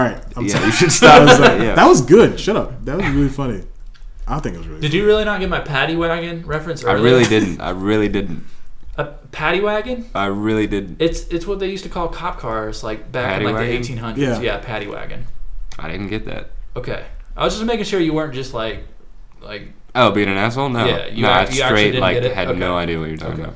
right, I'm
Yeah,
sorry.
you should
That
stop.
was, uh,
that. Yeah.
that was good. Shut up. That was really funny. I think it was really.
Did you really not get my paddy wagon reference?
I
earlier?
really didn't. I really didn't.
a paddy wagon.
I really did.
It's it's what they used to call cop cars, like back
Paddy
in like
wagon?
the 1800s.
Yeah.
Yeah. paddy wagon.
I didn't get that.
Okay, I was just making sure you weren't just like, like
Oh, being an asshole? No.
Yeah, you
no,
act-
I
you actually
straight
didn't
like
get it?
had
Okay.
no idea what you're talking
Okay.
about.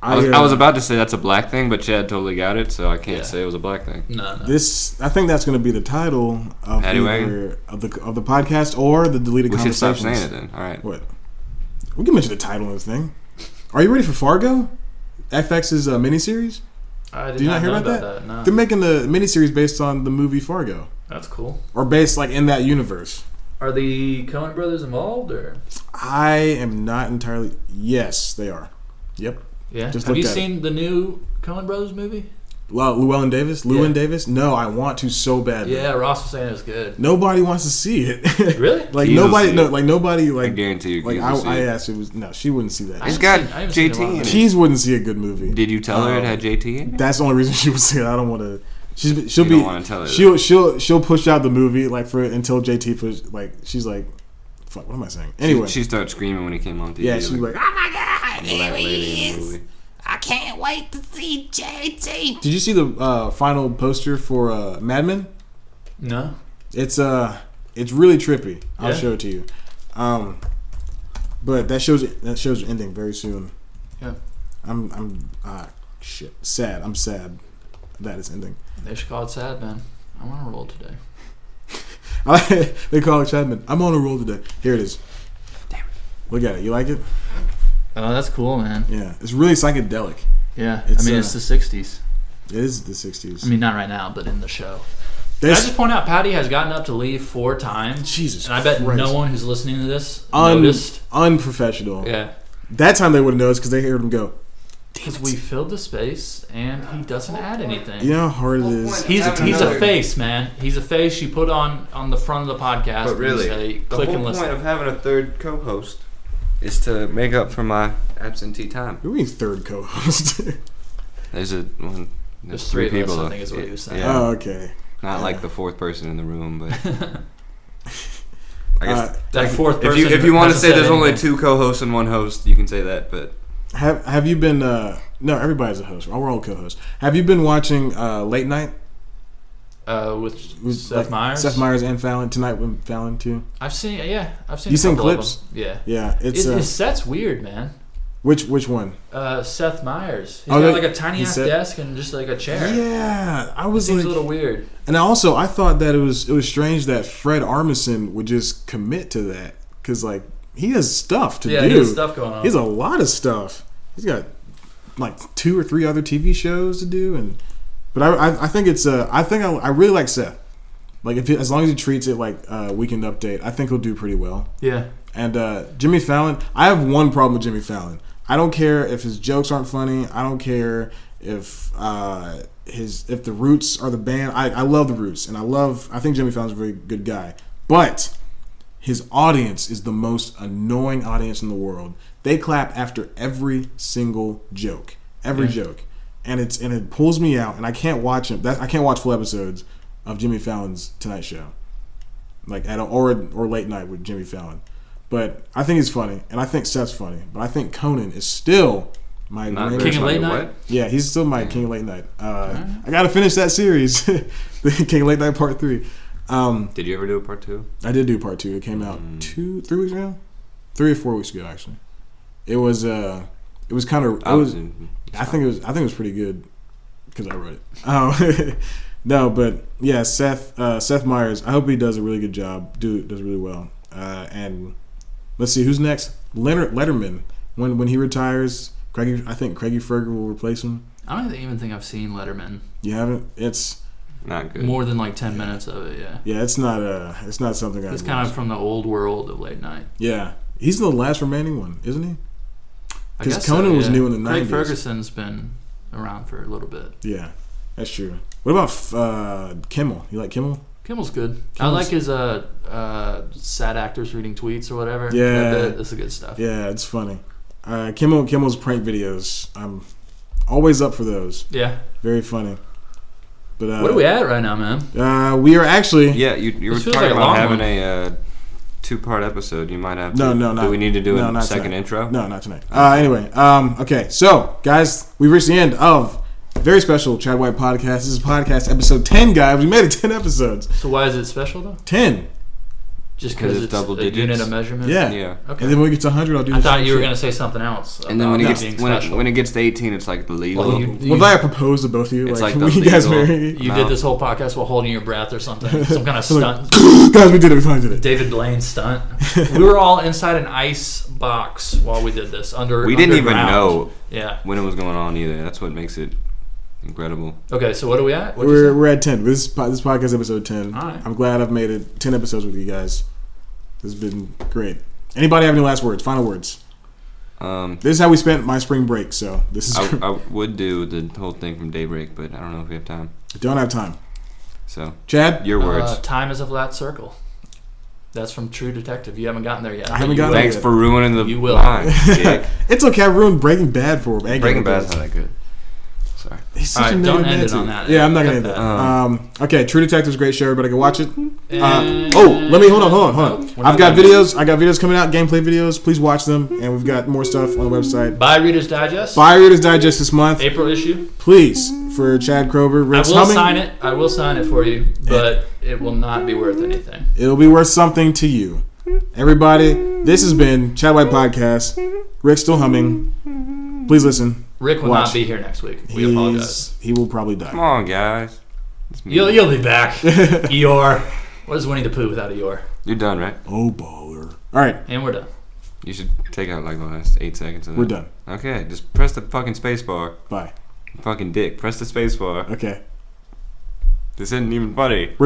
I was,
uh,
I was about to say that's a black thing, but Chad totally got it, so I can't
Yeah.
say it was a black thing.
no, no.
This I think that's going to be the title of
Paddy
either of the of the podcast or the deleted
We should stop
conversations.
saying it then. All right.
What? We can mention the title of this thing. Are you ready for Fargo? FX's uh, miniseries.
I did
Did you not hear
know
about
about,
that?
that. No,
They're making the miniseries based on the movie Fargo,
that's cool.
or based like in that universe.
Are the Cohen brothers involved or?
I am not entirely. Yes, they are. Yep.
Yeah.
Just
Have you
looked at it.
seen the new Cohen brothers movie?
Lu- Llewellyn Davis. Llewellyn
Yeah.
Davis. No, I want to so badly.
Yeah, Ross was saying it was good.
Nobody wants to see it.
Really?
like
Keys will
nobody.
see
No,
it.
like nobody. Like
I guarantee you.
Like
Keys
I,
will see
I uh,
it.
asked, it was no. She wouldn't see that.
I-
It's got
haven't seen- I haven't seen a
JT
lot of
in
it.
it.
Keys wouldn't see a good movie.
Did you tell her it
Oh.
had JT in it?
That's the only reason she would see it. I don't want to. She's she'll
You
be.
don't wanna tell her that.
she'll she'll she'll push out the movie like for until JT push like she's like, fuck. What am I saying? Anyway,
She, she started screaming when he came on TV.
yeah, she's like. "Ah!"
Oh my god,
a black
here
"Oh, lady
he
in the
is.
movie.
I can't wait to see JT.
Did you see the uh, final poster for uh, Mad Men?
No.
It's uh, it's really trippy. I'll
Yeah?
show it to you. Um, but that shows that shows ending very soon.
Yeah.
I'm I'm uh shit sad. I'm sad that it's ending.
They should call it sad, man. I'm on a roll today.
they call it Chapman. I'm on a roll today. Here it is. Damn it. Look at it. You like it?
Oh, that's cool, man.
Yeah. It's really psychedelic.
Yeah.
It's,
I mean,
uh,
it's the 60s.
It is the 60s.
I mean, not right now, but in the show. Can I
This-
just point out, Patty has gotten up to leave four times.
Jesus
And I bet
Christ.
no one who's listening to this
Um,
Un-
noticed.
unprofessional.
Yeah.
That time they would have noticed because they heard him go.
Because we filled the space and he doesn't add anything.
You know how hard it is.
point?
He's a,
Having
he's a
another-
face, man. He's a face you put on on the front of the podcast.
But
and
really,
you say,
the
click
whole
and listen.
point of having a third co-host is to make up for my absentee time.
Who mean third co-host?
There's a one. There's,
There's
three
three of us,
people.
I
though.
think is what he was saying.
Yeah,
Oh, okay.
not like the fourth person in the room, but I guess
Uh,
that fourth
if
person.
you if you want to
hasn't
say
said
there's only
anything.
two co-hosts and one host, you can say that. But
have Have you been? uh No, everybody's a host. We're all co-hosts. Have you been watching uh Late Night?
uh, with
Who's,
Seth
like,
Meyers.
Seth Meyers and Fallon tonight with Fallon too.
I've seen. Yeah, I've seen.
You
a
seen
couple of
clips?
them. Yeah.
Yeah, it's
It's,
uh,
his set's weird, man.
which which one?
Uh, Seth Meyers. He's
Oh,
got
that-
like a tiny
his
ass
set-
desk and just like a chair.
Yeah, I
It
was like,
seems a little weird.
And I also, I thought that it was it was strange that Fred Armisen would just commit to that because like he has stuff to
Yeah,
do.
he has stuff going on.
He has a lot of stuff. He's got like two or three other TV shows to do, and but I I, I think it's uh I think I, I really like Seth. Like if he, as long as he treats it like uh, Weekend Update, I think he'll do pretty well.
yeah.
And uh, Jimmy Fallon, I have one problem with Jimmy Fallon. I don't care if his jokes aren't funny. I don't care if uh, his if the Roots are the band. I, I love the Roots, and I love. I think Jimmy Fallon's a very good guy, but his audience is the most annoying audience in the world. They clap after every single joke, every joke, and it's and it pulls me out, and I can't watch him. That I can't watch full episodes of Jimmy Fallon's Tonight Show like at a, or or late night with Jimmy Fallon. But I think he's funny, and I think Seth's funny. But I think Conan is still my
not
reigning-
very
King of
funny.
Late Night?
What?
yeah, he's still my King of Late Night. Uh, I gotta finish that series, the King of Late Night Part Three. Um,
Did you ever do a part two?
I did do Part Two. It came out two, three weeks ago, three or four weeks ago actually. It was uh, it was kind of it
I
was.
was-
I think it was. I think it was pretty good because I wrote it. Oh no, but yeah, Seth uh, Seth Myers. I hope he does a really good job. Do does really well. Uh, and let's see who's next. Leonard Letterman. When when he retires, Craigie. I think Craigie Ferger will replace him.
I don't even think I've seen Letterman.
You haven't. It's
not good.
More than like ten minutes of it. Yeah.
yeah. It's not uh It's not something I.
He's kind of from the old world of late night.
Yeah, he's the last remaining one, isn't he?
I
'Cause
guess so,
Conan was
yeah.
new in the
Craig
90s.
Ferguson's been around for a little bit.
Yeah, that's true. What about uh, Kimmel? You like Kimmel?
Kimmel's good. I
Kimmel's-
like his uh, uh, sad actors reading tweets or whatever.
Yeah.
That bit, that's the good stuff.
Yeah, it's funny. Uh, Kimmel Kimmel's prank videos. I'm always up for those.
Yeah.
Very funny. But uh,
What are we at right now, man?
Uh, we are actually.
Yeah, you, you were
This
talking
feels like a
about
long
having
one.
a uh, two part episode. You might have to.
No, no, no.
Do we need to do
no,
a
not
second
tonight.
intro?
No, not tonight. Uh, anyway, um, okay, so guys, we've reached the end of a very special Chad White podcast. This is podcast episode ten, guys. We made it ten episodes.
So why is it special though?
Ten.
Just
'Cause
because
it's
it's,
double
a unit
digits.
of measurement.
Yeah.
Yeah.
Okay.
And then when we get to hundred, I'll do.
I
this
thought you were
shit.
gonna say something else.
And then when
about
it
it being
gets when it,
special.
when it gets to eighteen, it's like the legal.
Well, you-
What if I had proposed to both of you?
It's
Like,
like the
we guys
legal-
married.
you
No.
did this whole podcast while holding your breath or something, some kind of stunt.
guys, we did it. We finally did it.
David Blaine stunt. we were all inside an ice box while we did this. Under
we didn't even
underground.
know
Yeah.
when it was going on either. That's what makes it incredible.
Okay. So what are we at? What'd you
We're,
say?
we're at ten. This po- this podcast episode ten.
All right.
I'm glad I've made it ten episodes with you guys. This has been great. Anybody have any last words? Final words.
Um,
This is how we spent my spring break. So this is
I, I would do the whole thing from daybreak, but I don't know if we have time.
don't have time.
So
Chad,
your words.
Uh, time is a flat circle. That's from True Detective. You haven't gotten there yet.
I haven't
You
gotten
will.
there
Thanks for ruining the
You will.
line. dick.
it's okay. I ruined Breaking Bad for him. And
Breaking
Game of
Bad's not
Thrones.
that good. Sorry.
He's such
All
a
right, don't
negative
end
man,
it on
too.
that. Uh,
Yeah, I'm not gonna
Cut
end that.
that.
Um, okay, True Detective's a great show. Everybody can watch it. Uh,
And-
oh, let me hold on, hold on, hold
We're
on. I've
not
got
done.
videos. I got videos coming out, gameplay videos. Please watch them, and we've got more stuff on the website.
Buy Reader's Digest.
Buy Reader's Digest this month,
April issue.
please, for Chad Krober.
I
Rince
will
Humming.
sign it. I will sign it for you, but it will not be worth anything.
It'll be worth something to you. Everybody, this has been Chad White Podcast. Rick's still humming. Please listen.
Rick will
Watch.
not be here next week. We
He's-
apologize.
He will probably
Come
die.
on, guys. It's me.
You'll, you'll be back. Eeyore. What is Winnie the Pooh without Eeyore?
You're done, right?
Oh, baller. All right,
And we're done.
You should take out like the last eight seconds of that.
we're done.
Okay, just press the fucking space bar.
Bye.
Fucking dick. Press the space bar.
Okay.
This isn't even funny.